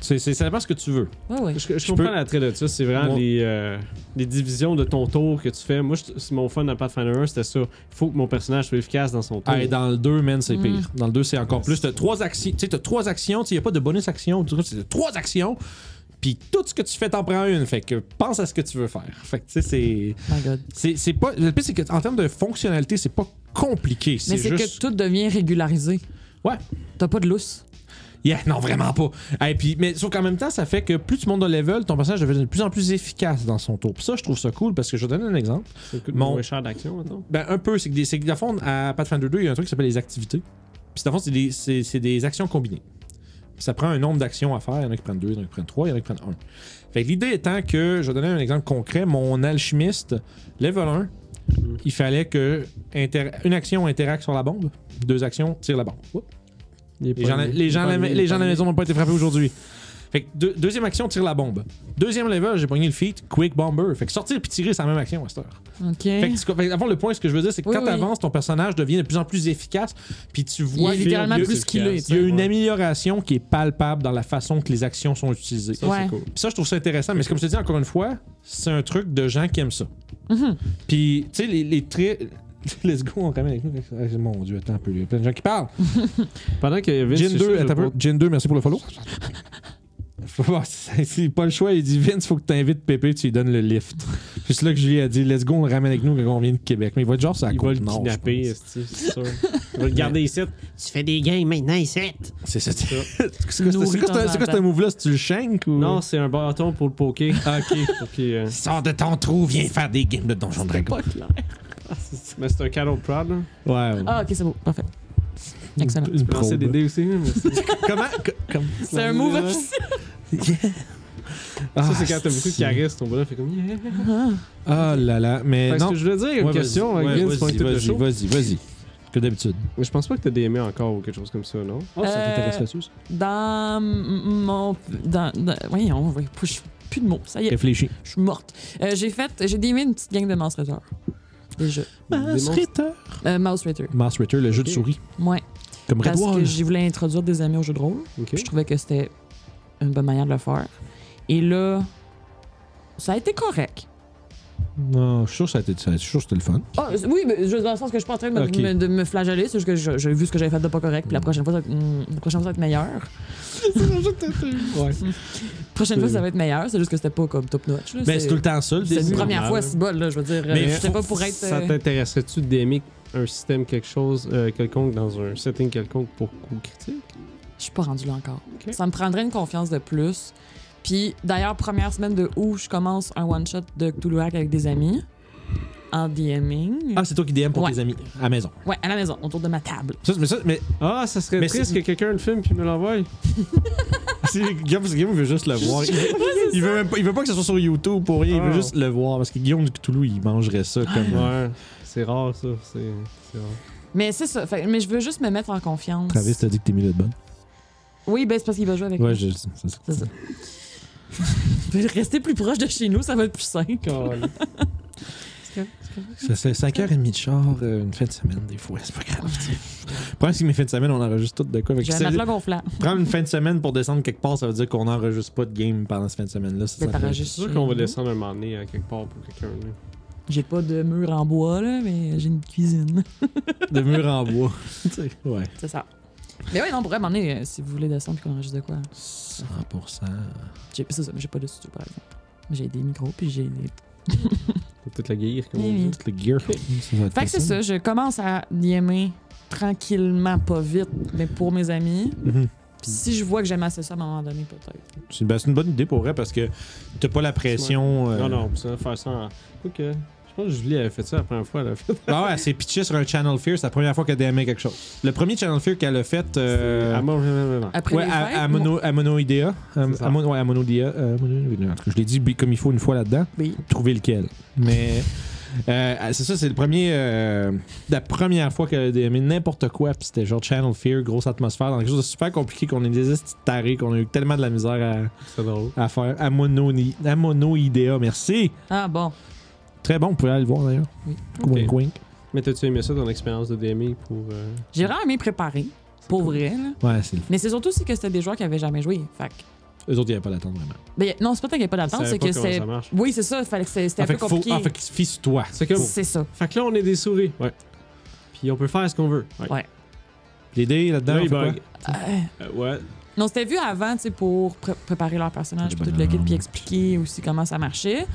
C'est, c'est, ça dépend ce que tu veux. Ouais, ouais. Je, je comprends peux- l'attrait de ça. C'est vraiment Moi- les, euh, les divisions de ton tour que tu fais. Moi, je- c'est mon fun à Pathfinder 1, c'était ça. Il faut que mon personnage soit efficace dans son tour. Ah, et dans le 2, man, c'est Mm. pire. Dans le 2, c'est encore plus. T'as trois actions. Tu sais, t'as trois actions. Tu sais, y a pas de bonus action. Du coup, c'est trois actions. Puis tout ce que tu fais, t'en prends une. Fait que pense à ce que tu veux faire. Fait que, tu sais, c'est. My God. C'est, c'est pas. Le pire, c'est que en termes de fonctionnalité, c'est pas compliqué. C'est Mais c'est juste. que tout devient régularisé. Ouais. T'as pas de lousse. Yeah, non, vraiment pas. Et puis, mais sauf qu'en même temps, ça fait que plus tu montes de level, ton personnage devient de plus en plus efficace dans son tour. Puis ça, je trouve ça cool parce que je vais te donner un exemple. Ça coûte Mon- moins cher d'action, mettons. Ben, un peu. C'est que, des- c'est que, dans le fond, à Pathfinder 2, il y a un truc qui s'appelle les activités. Puis, dans le fond, c'est des, c'est- c'est des actions combinées. Puis ça prend un nombre d'actions à faire. Il y en a qui prennent deux, il y en a qui prennent trois, il y en a qui prennent un. Fait que l'idée étant que, je vais donner un exemple concret, mon alchimiste, level 1, il fallait que inter- une action interacte sur la bombe, deux actions tirent la bombe. Oups. Les gens, les, gens, à la- les gens à la maison n'ont pas été frappés aujourd'hui. Fait que deux- deuxième action, tire la bombe. Deuxième level, j'ai pogné le feat, quick bomber. Fait que sortir puis tirer, c'est la même action à cette heure. OK. Fait que, c'est- fait que, avant le point, ce que je veux dire, c'est que Oui, quand oui. t'avances, ton personnage devient de plus en plus efficace, puis tu Il vois est littéralement il y a- plus qu'il est. Il y a tu sais. une Ouais. amélioration qui est palpable dans la façon que les actions sont utilisées. Ça, Ouais. c'est cool. Puis ça, je trouve ça intéressant, mais c'est comme je te dis encore une fois, c'est un truc de gens qui aiment ça. Mhm. Puis, tu sais, les, les traits. Let's go, on ramène avec nous. Ah, Mon Dieu, attends un peu, il y a plein de gens qui parlent. Pendant que Vince, Jin je- 2, je- attends un peu. je- Jin 2, merci pour le follow. Faut voir, c'est c'est pas le choix. Il dit Vince, faut que t'invites Pépé, tu lui donnes le lift. Puis c'est là que Julie a dit Let's go, on le ramène avec nous quand on vient de Québec. Mais il va être genre ça Il va le kidnapper, esti, c'est sûr. Il va le garder ici. Tu fais des games maintenant ici. C'est ça. C'est Ça. quoi ce- c'est Nourri quoi dans ce- c'est quoi un ce move-là Si tu le shank ou. Non, c'est un bâton pour le poker. Ah, ok. Pour qu'il, euh, Sors de ton trou, viens faire des games de Donjon Dragon. Pas clair. Mais c'est un cadeau prod. là. Ouais, ouais. Ah, OK, c'est beau. Parfait. Excellent. Une Tu peux lancer probe. des dés aussi. là, mais c'est- Comment comme... C'est un move officiel. Ça, c'est quand t'as beaucoup de charisme. Ton bonhomme fait comme. Yeah. Ah là là, mais Fait que ce non. que je voulais dire, une Ouais, question. vas-y, avec ouais, Vince, pour vas-y, être tout de vas-y, chaud. vas-y, vas-y. Que d'habitude. Mais je pense pas que t'as DMé encore ou quelque chose comme ça, non? Oh, ça t'intéresse Euh, là-dessus Dans mon. Dans, dans, voyons, oui, je plus de mots. Ça y est, Réfléchis. je suis morte. Euh, j'ai fait. J'ai démé une petite gang de Mouse Ritter. Déjà. Mass Démon- Ritter. Euh, Mouse Ritter. Mass Ritter, le jeu de Ok. souris. Ouais. Comme Red Parce que Wall. je voulais introduire des amis au jeu de rôle. Ok. Puis Je trouvais que c'était une bonne manière de le faire. Et là, ça a été correct. Non, je suis sûr que ça a été- ça- je suis sûr que c'était le fun. Ah, c'est- oui, mais je- dans le sens que je suis pas en train de me, Ok. me- de me flageller, c'est juste que je- j'ai vu ce que j'avais fait de pas correct, puis la Mm. prochaine fois, ça, va être- mm, la prochaine fois, ça va être meilleur. Ouais. La prochaine fois, ça va être meilleur, c'est juste que c'était pas comme top notch. là. Mais Ben, c'est tout le temps ça, le C'est une désir. première normal. fois, c'est bol, là, je veux dire. Mais euh, je sais faut- pas pour être. Ça euh, t'intéresserait-tu de DMer un système quelque chose euh, quelconque dans un setting quelconque pour coup critique? Je suis pas rendu là encore. Ok. Ça me prendrait une confiance de plus. Puis d'ailleurs, première semaine de août, je commence un one-shot de Cthulhu Hack avec des amis en DMing. Ah, c'est toi qui DM pour Ouais. tes amis à la maison. Ouais, à la maison, autour de ma table. Ça, mais ça, mais Ah, ça serait Mais triste c'est- que quelqu'un le filme puis me l'envoie. c'est- Guillaume, parce que Guillaume veut juste le voir. Il, il veut même pas, il veut pas que ce soit sur YouTube pour rien. Il Ah. veut juste le voir parce que Guillaume du Cthulhu, il mangerait ça comme. Ah. Ouais, c'est rare ça. C'est c'est rare. Mais c'est ça. Fait- mais je veux juste me mettre en confiance. Travis t'a dit que t'es mis de bonne. Oui, ben c'est parce qu'il va jouer avec Ouais, moi. je le sais. c'est ça. C'est ça. Ben, Restez plus proche de chez nous, ça va être plus simple. Calme. Ça fait 5h30 de char, euh, une fin de semaine, des fois, c'est pas grave. tu sais. Le problème, c'est que mes fins de semaine, on enregistre toutes de quoi. Fait que J'ai un si- matelas gonflable. prendre une fin de semaine pour descendre quelque part, ça veut dire qu'on n'enregistre pas de game pendant cette fin de semaine-là. ça Ben, s'appelle- t'enregistres. C'est sûr qu'on va descendre un moment donné à quelque part pour quelqu'un. là. J'ai pas de mur en bois, là, mais j'ai une cuisine. De mur en bois. Tu sais, ouais. C'est ça. Mais ouais, non, pour vraiment, euh, si vous voulez descendre puis qu'on enregistre de quoi. 100%. J'ai, c'est ça, mais j'ai pas de studio, par exemple. J'ai des micros, puis j'ai des... Faut peut-être la guérir comme Oui, on oui. dit. Tout le gear. Ça va être Fait que c'est ça, je commence à DMer tranquillement, pas vite, mais pour mes amis. Mhm. Puis si je vois que j'aime assez ça à un moment donné, peut-être. C'est ben, c'est une bonne idée pour vrai parce que t'as pas la pression. euh, Non, non, ça va faire ça en. Ok. Je pense que Julie avait fait ça la première fois. Elle a fait Ah ouais, c'est pitché sur un Channel Fear, c'est la première fois qu'elle a DMé quelque chose. Le premier Channel Fear qu'elle a fait. euh, à mort, vraiment, vraiment. Après Ouais, les fêtes, à, à, moi- mono, à Monoidea. Euh, C'est ça. à Mono- ouais, à Monoidea. euh, Monoidea. En tout cas, je l'ai dit bi- comme il faut une fois là-dedans. Oui. Trouver lequel. Mais euh, c'est ça, c'est le premier, euh, la première fois qu'elle a DMé n'importe quoi. Puis c'était genre Channel Fear, grosse atmosphère, dans quelque chose de super compliqué qu'on est des estis tarés, qu'on a eu tellement de la misère C'est drôle. à, à faire. À, Mononi- à Monoidea, merci. Ah bon. Très bon, vous pouvez aller le voir d'ailleurs. Oui. Wink, wink. Mais t'as-tu aimé ça, ton expérience de DMI pour. euh, J'ai vraiment aimé préparer, pour vrai, là. Ouais, c'est le Mais c'est surtout aussi que c'était des joueurs qui avaient jamais joué. Fait que- Eux autres, ils n'avaient pas d'attente vraiment. Ben, y a- non, c'est pas tant qu'il n'y a pas d'attente, savais c'est pas que comment c'est. ça marche. Oui, c'est ça, fallait que c'est- c'était Ah, un peu fait, qu'il faut, compliqué. ah, fait qu'ils se fient sur toi. C'est comme. C'est ça. Fait que là, on est des souris. Ouais. Puis on peut faire ce qu'on veut. Ouais. Ouais. Les dés là-dedans, Là, on il fait quoi? bug. Euh, ouais. Non, c'était vu avant, tu sais, pour pré- préparer leur personnage, Des puis tout le kit, bonhommes. puis expliquer aussi comment ça marchait.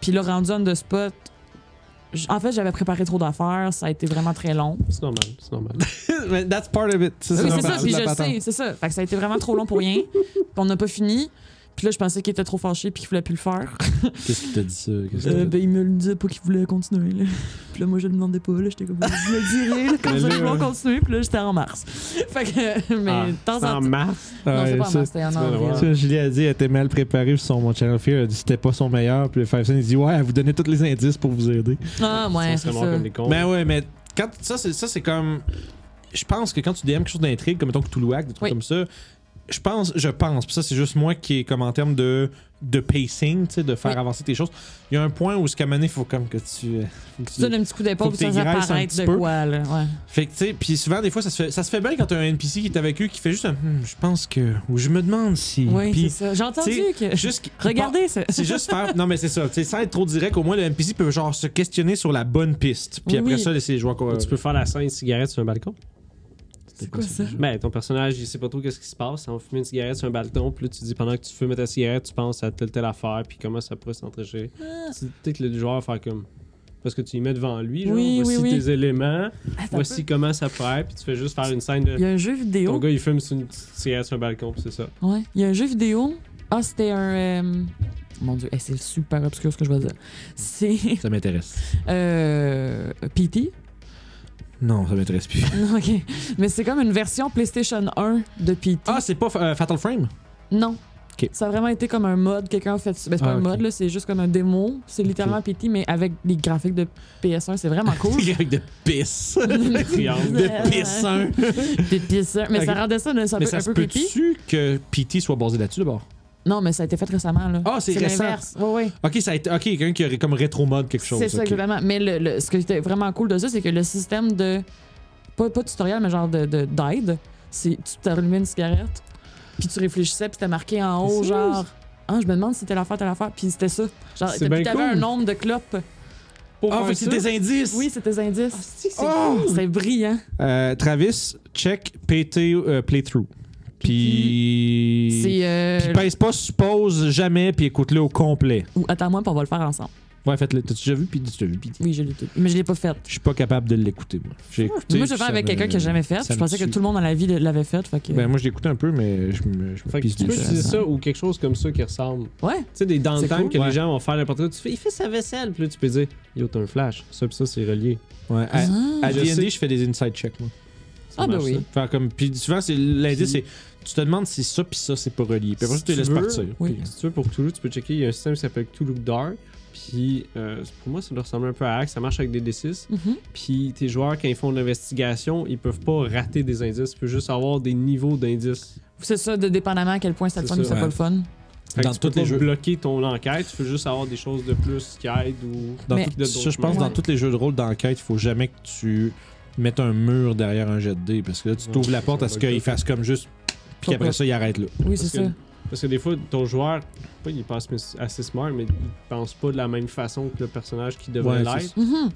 Puis là, rendu on the spot, j- en fait, j'avais préparé trop d'affaires, ça a été vraiment très long. C'est normal. C'est normal. Mais That's part of it. la Oui, c'est ça, part- puis la je le patente. sais, c'est ça. Fait que ça a été vraiment trop long pour rien, puis on n'a pas fini. Puis là, je pensais qu'il était trop fâché puis qu'il voulait plus le faire. Qu'est-ce qui t'a dit ça? Qu'est-ce que Euh, t'as dit? ben, il me le disait pas qu'il voulait continuer. Là. Puis là, moi, je le demandais pas. Là. J'étais comme, je le dirais là, quand Mais je vais là, vouloir euh, continuer. Puis là, j'étais en mars. Fait que, mais Ah, de temps c'est en en temps. mars. Non, c'est Ouais, pas en ça- mars, c'était en tu vas le avril. voir. ça, Julie a dit elle était mal préparée sur son mon Channel Fear. Elle a dit que c'était pas son meilleur. Puis le Five Cent, il dit Ouais, elle vous donnait tous les indices pour vous aider. Ah, ouais, on c'est serait ça. morts comme des cons. Ben ouais, mais quand ça, c'est, ça, c'est comme. Je pense que quand tu DM quelque chose d'intrigue, comme mettons Toulouac, des trucs Oui. comme ça, je pense, je pense, puis ça, c'est juste moi qui est comme en termes de, de pacing, tu sais, de faire Oui. avancer tes choses. Il y a un point où, ce qu'à un moment donné, faut comme que tu. euh, faut que Tu donnes un petit coup Faut que d'épaule pour ça t'égraisses un apparaître petit de peu. quoi, là. Ouais. Fait que, tu sais, puis souvent, des fois, ça se fait, ça se fait bien quand t'as un NPC qui est avec eux qui fait juste un. Hmm, je pense que. Ou je me demande si. Oui, Puis c'est ça. J'ai entendu que. juste qu'il- Regardez ça. C'est juste faire. Non, mais c'est ça. T'sais, sans être trop direct, au moins le NPC peut genre se questionner sur la bonne piste. Puis Oui, après oui. ça, laisser les joueurs quoi. Tu peux faire la scène cigarette sur un balcon. C'est quoi ça? Ben, ton personnage, il sait pas trop qu'est-ce qui se passe. On fume une cigarette sur un balcon, puis là, tu dis pendant que tu fumes ta cigarette, tu penses à telle telle affaire, puis comment ça pourrait s'entrecher. Ah. Tu peut-être le joueur va faire comme. Parce que tu y mets devant lui, genre, Oui, voici oui, oui. tes éléments, Attends un voici peu. comment ça pourrait, puis tu fais juste faire une scène de. Il y a un jeu Ton vidéo. gars, il fume sur une petite cigarette sur un balcon, puis c'est ça. Ouais. Il y a un jeu vidéo. Ah, c'était un. euh, Mon Dieu, eh, c'est super obscur ce que je vais dire. C'est Ça m'intéresse. euh, PT. Non, ça m'intéresse plus. Non, ok. Mais c'est comme une version PlayStation 1 de PT. Ah, c'est pas euh, Fatal Frame? non. Ok. Ça a vraiment été comme un mode. Quelqu'un a fait. Ben, c'est pas Ah, un ok. mode, là, c'est juste comme un démo. C'est littéralement PT, mais avec des graphiques de PS1. C'est vraiment cool. Avec de pisse. Triangle. Ah, de pisse hein. Des PS1. Mais ça Ok. rendait ça, ça un Mais peu, ça un se peu creepy. peut-tu que PT soit basé là-dessus d'abord? Non, mais ça a été fait récemment. Là. Ah, c'est récent. l'inverse. Oui, oui. Ok, ça a été. Ok, quelqu'un qui aurait comme rétro mode quelque chose. C'est ça, ok. exactement. Mais le, le- ce qui était vraiment cool de ça, c'est que le système de. Pas, pas de tutoriel, mais genre de, de- d'aide, c'est tu t'allumais une cigarette, puis tu réfléchissais, puis c'était marqué en haut, C'est genre. sérieux? Ah, je me demande si c'était l'affaire, telle affaire. Puis c'était ça. Genre, C'est t'as- bien puis t'avais cool. un nombre de clopes. Pour Ah, faire fait que c'est ça, des indices! Oui, c'était des indices. c'est- c'est- Oh! C'était brillant. Euh, Travis, check PT euh, playthrough. Puis. C'est. euh, euh, ben Puis pèse pas suppose jamais, puis écoute-le au complet. ou attends-moi, puis on va le faire ensemble. Ouais, faites-le. T'as-tu déjà vu P.D.? Tu l'as vu P.D.? Oui, je l'ai tout. Mais je l'ai pas faite. Je suis pas capable de l'écouter, moi. J'ai écouté, Moi, je puis vais ça avec me- quelqu'un qui a jamais fait. ça Je me pensais que tue. tout le monde dans la vie l'avait fait. fait que- Ben, moi, je l'écoute un peu, mais je me, je me Fait que pisse tu peux dessus. utiliser ça ou quelque chose comme ça qui ressemble. ouais. Tu sais, des C'est downtime cool. que Ouais. les gens vont faire n'importe quoi. Tu fais, il fait sa vaisselle, puis là, tu peux dire, yo, t'as un flash. Ça, puis ça, c'est relié. Ouais. À, Ah. à Je D&D, sais. je fais des inside checks, moi. Ça Ah, ben marche, oui. ça. Faire comme... Puis souvent, c'est l'indice, c'est... Puis- Tu te demandes si ça puis ça, c'est pas relié. Puis après, Si tu te tu laisses veux, partir. oui. Puis- Si tu veux, pour Toulouse, tu peux checker. Il y a un système qui s'appelle Toulouse Dark. Puis, euh, pour moi, ça doit ressembler un peu à Axe. Ça marche avec des D6. Mhm. Puis, tes joueurs, quand ils font de l'investigation, ils peuvent pas rater des indices. Ils peuvent juste avoir des niveaux d'indices. C'est ça, de dépendamment à quel point c'est le C'est fun ou ça, c'est ouais. pas le fun. Fait que Dans tu peux tous les pas jeux. bloquer ton enquête. Tu peux juste avoir des choses de plus qui aident ou. Dans Mais- tout- ça, je pense, Ouais. dans tous les jeux de rôle d'enquête, il faut jamais que tu mettes un mur derrière un jet de dés. Parce que là, tu Non, t'ouvres la ça porte à va ce être qu'il tough. fasse comme juste. Puis Faut après pas- ça, il arrête là. Oui, Parce c'est que- ça. Parce que des fois, ton joueur, pas, il pense mais- assez smart, mais il pense pas de la même façon que le personnage qui devrait Ouais, c'est l'être. Mhm.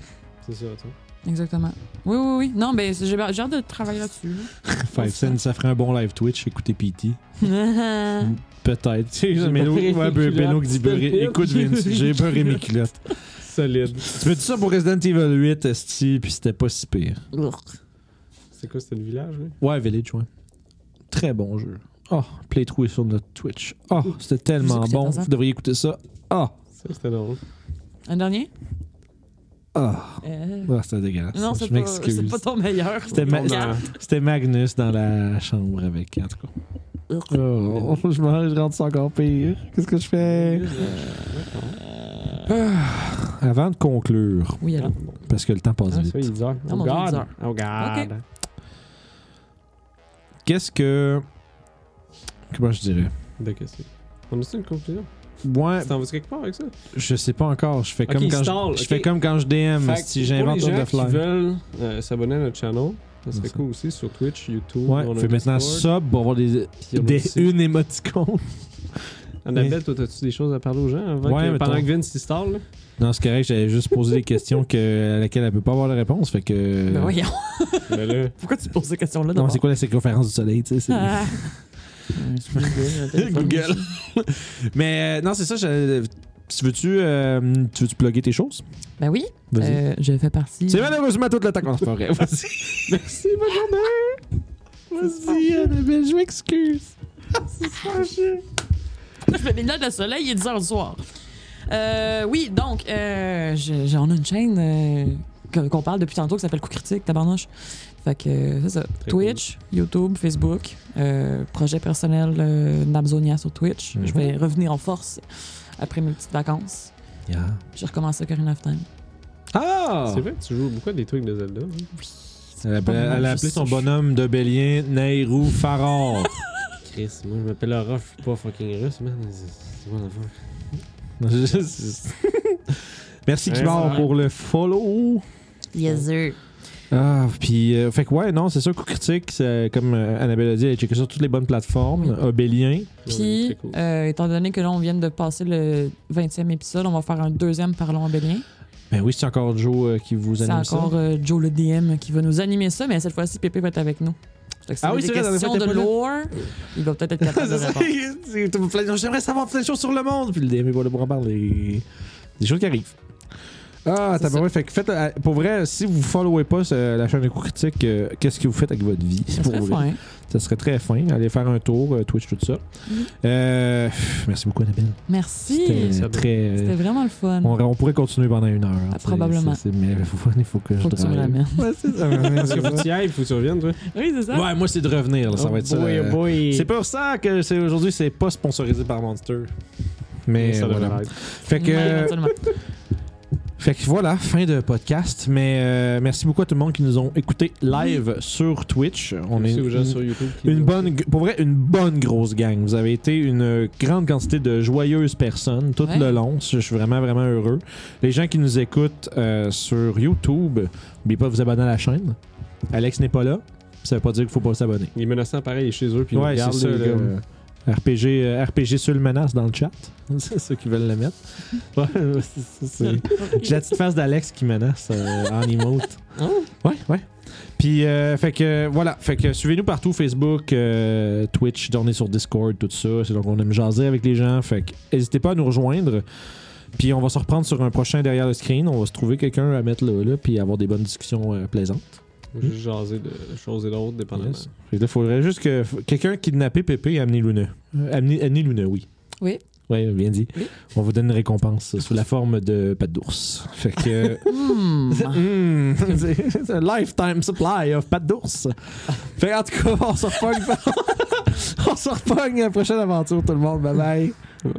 C'est ça, tu sais. Exactement. Oui, oui, oui. Non, mais c'est- j'ai j'ai hâte de travailler là-dessus. Five Cents, ça ferait un bon live Twitch. Écoutez PT. là. Peut-être. Tu sais, J'ai Beno, beurré ouais, mes culottes, Beno qui dit c'est beurré. le pire. Écoute Vince, j'ai beurré mes culottes. Solide. Tu me dis ça pour Resident Evil 8, Esti, puis c'était pas si pire. Urgh. C'est quoi, c'était le village, oui? Ouais, Village, ouais. Très bon jeu. Oh, Playthrough est sur notre Twitch. Oh, c'était tellement écoutez bon. dans un- Vous devriez écouter ça. Ah, Ça, c'était drôle. Un dernier? ah, Euh, ah, c'était dégueulasse. Non, c'est je pas, c'est m'excuse. pas ton meilleur. C'était ma- On a- C'était Magnus dans la chambre avec, en tout cas. Urgh. Oh, je me je rentre ça encore pire. Qu'est-ce que je euh, fais? Avant de conclure, Oui, Euh, alors. parce que le temps passe Ah, vite. ça, il dit, oh, Ah, mon Dieu, il dit God. heures. Oh, God. Ok. Qu'est-ce que. Comment je dirais? De qu'est-ce que On a-tu une conclusion? Moi, Tu t'en vas quelque part avec ça? je sais pas encore. Je fais Ok, comme quand stall, je, je ok. fais comme quand je DM. Fait que Si pour j'invente les un gens de qui fly. veulent euh, s'abonner à notre channel, ça serait C'est ça. cool aussi sur Twitch, YouTube. Ouais, on a fait maintenant Discord, sub pour avoir des, puis on a des aussi- une émoticône. Annabelle, toi, t'as-tu des choses à parler aux gens avant Ouais, que, pendant mettons. que Vince s'installe? là? Non, c'est correct, j'avais juste posé des questions que, à laquelle elle peut pas avoir de réponse. Fait que. Ben voyons, Mais là, pourquoi tu poses cette question-là non, d'abord? c'est quoi la circonférence du soleil, tu sais? c'est- Ah. Google. Mais euh, non, c'est ça. je- tu veux-tu euh, tu veux-tu plugger tes choses? Ben oui, Vas-y. euh, je fais partie. C'est malheureusement toute l'attaque. Non, c'est pas vrai. Vas-y. merci, bonne journée! Vas-y, Annabelle, je m'excuse. Je mets mes lunettes de soleil, il est 10h du soir. Euh, oui, donc, euh, je- je- on a une chaîne euh, que- qu'on parle depuis tantôt qui s'appelle Coup Critique, tabarnouche. Fait que euh, c'est ça. Très Twitch, YouTube, Facebook, euh, projet personnel euh, Nabzonia sur Twitch. Mhm. Je vais revenir en force après mes petites vacances. J'ai recommencé Ocarina of Time. Ah! C'est vrai que tu joues beaucoup à des trucs de Zelda. hein? Elle, pas appelait- mal, elle a je appelé sais. son bonhomme de Bélien Nehru Faror. Chris, moi, je m'appelle Aura, je suis pas fucking russe, man. C'est mon affaire. Non, c'est juste- Merci Ouais, Kibar ça va. pour le follow. Yes, sir. Ah, puis, euh, fait que ouais, non, c'est ça, coup critique, c'est, comme euh, Annabelle a dit, elle checker sur toutes les bonnes plateformes, Euh, Obélien. Ouais, Puis, très cool. euh, étant donné que là, on vient de passer le 20e épisode, on va faire un deuxième Parlons en Bélien. Ben oui, c'est encore Joe euh, qui vous C'est anime ça. encore euh, Joe le DM qui va nous animer ça, mais cette fois-ci, Pépé va être avec nous. Fait que si Ah vous oui, avez c'est des vrai, la dernière questions fois, de t'es pas lore, il va peut-être être capable euh, de C'est ça, répondre. c'est- t'as plein de- J'aimerais savoir plein de choses sur le monde. Puis le DM, il va pour en parler. Des choses qui arrivent. Ah, C'est t'as pas ça. vrai. Fait que faites, euh, pour vrai, si vous followez pas euh, la chaîne de coups critiques, euh, qu'est-ce que vous faites avec votre vie? Ça pour serait vrai? fin. Ça serait très fin. Allez faire un tour, euh, Twitch, tout ça. Mhm. Euh, pff, merci beaucoup, Annabelle. C'était Merci. Ça très. euh, C'était vraiment le fun. on, on pourrait continuer pendant une heure. hein, Ah, t'sais, probablement. c'est- c'est- mais il faut, il faut que je Faut que tu me drive. ramènes. Ouais, c'est ça. Ouais, Parce que faut que c'est tu y ailles, faut que tu reviennes, toi. Oui, c'est ça. ça. Ouais, moi, c'est de revenir. là, ça va être ça. Boy, euh, oh boy. c'est pour ça que c'est aujourd'hui, c'est pas sponsorisé par Monster. Mais ça devrait voilà. être. Fait Ouais, que, absolument. fait que voilà, fin de podcast. Mais euh, merci beaucoup à tout le monde qui nous ont écouté live sur Twitch. On Merci est aux gens une, sur YouTube. qui une nous- bonne, pour vrai, une bonne grosse gang. Vous avez été une grande quantité de joyeuses personnes tout Ouais. le long. Je suis vraiment vraiment heureux. Les gens qui nous écoutent euh, sur YouTube, n'oubliez pas de vous abonner à la chaîne. Alex n'est pas là. Ça veut pas dire qu'il faut pas s'abonner. Il est menaçant pareil, il est chez eux, puis il Ouais, c'est regarde ça. les gars. le- RPG, euh, RPG sur le menace dans le chat. c'est ceux qui veulent le mettre. Ouais, c'est- c'est- c'est- J'ai la petite face d'Alex qui menace euh, en emote. Ah. Hein? Ouais, ouais. Puis, euh, fait que euh, voilà. Fait que suivez-nous partout Facebook, euh, Twitch, on est sur Discord, tout ça. C'est donc on aime jaser avec les gens. Fait que n'hésitez pas à nous rejoindre. Puis on va se reprendre sur un prochain derrière le screen. On va se trouver quelqu'un à mettre là, là puis avoir des bonnes discussions euh, plaisantes. J'ai jasé de choses et d'autres, dépendamment. Yes. Fait que là, faudrait juste que f- quelqu'un kidnappé Pépé et amener Luna. Euh, amener, amener Luna, oui. Oui. Oui, bien dit. Oui. On vous donne une récompense sous la forme de pâte d'ours. Fait que. euh, Hmm. Hmm, c'est c'est un lifetime supply of pâte d'ours. Fait que, en tout cas, on se repogne. on se repogne à la prochaine aventure, tout le monde. Bye bye. Ouais.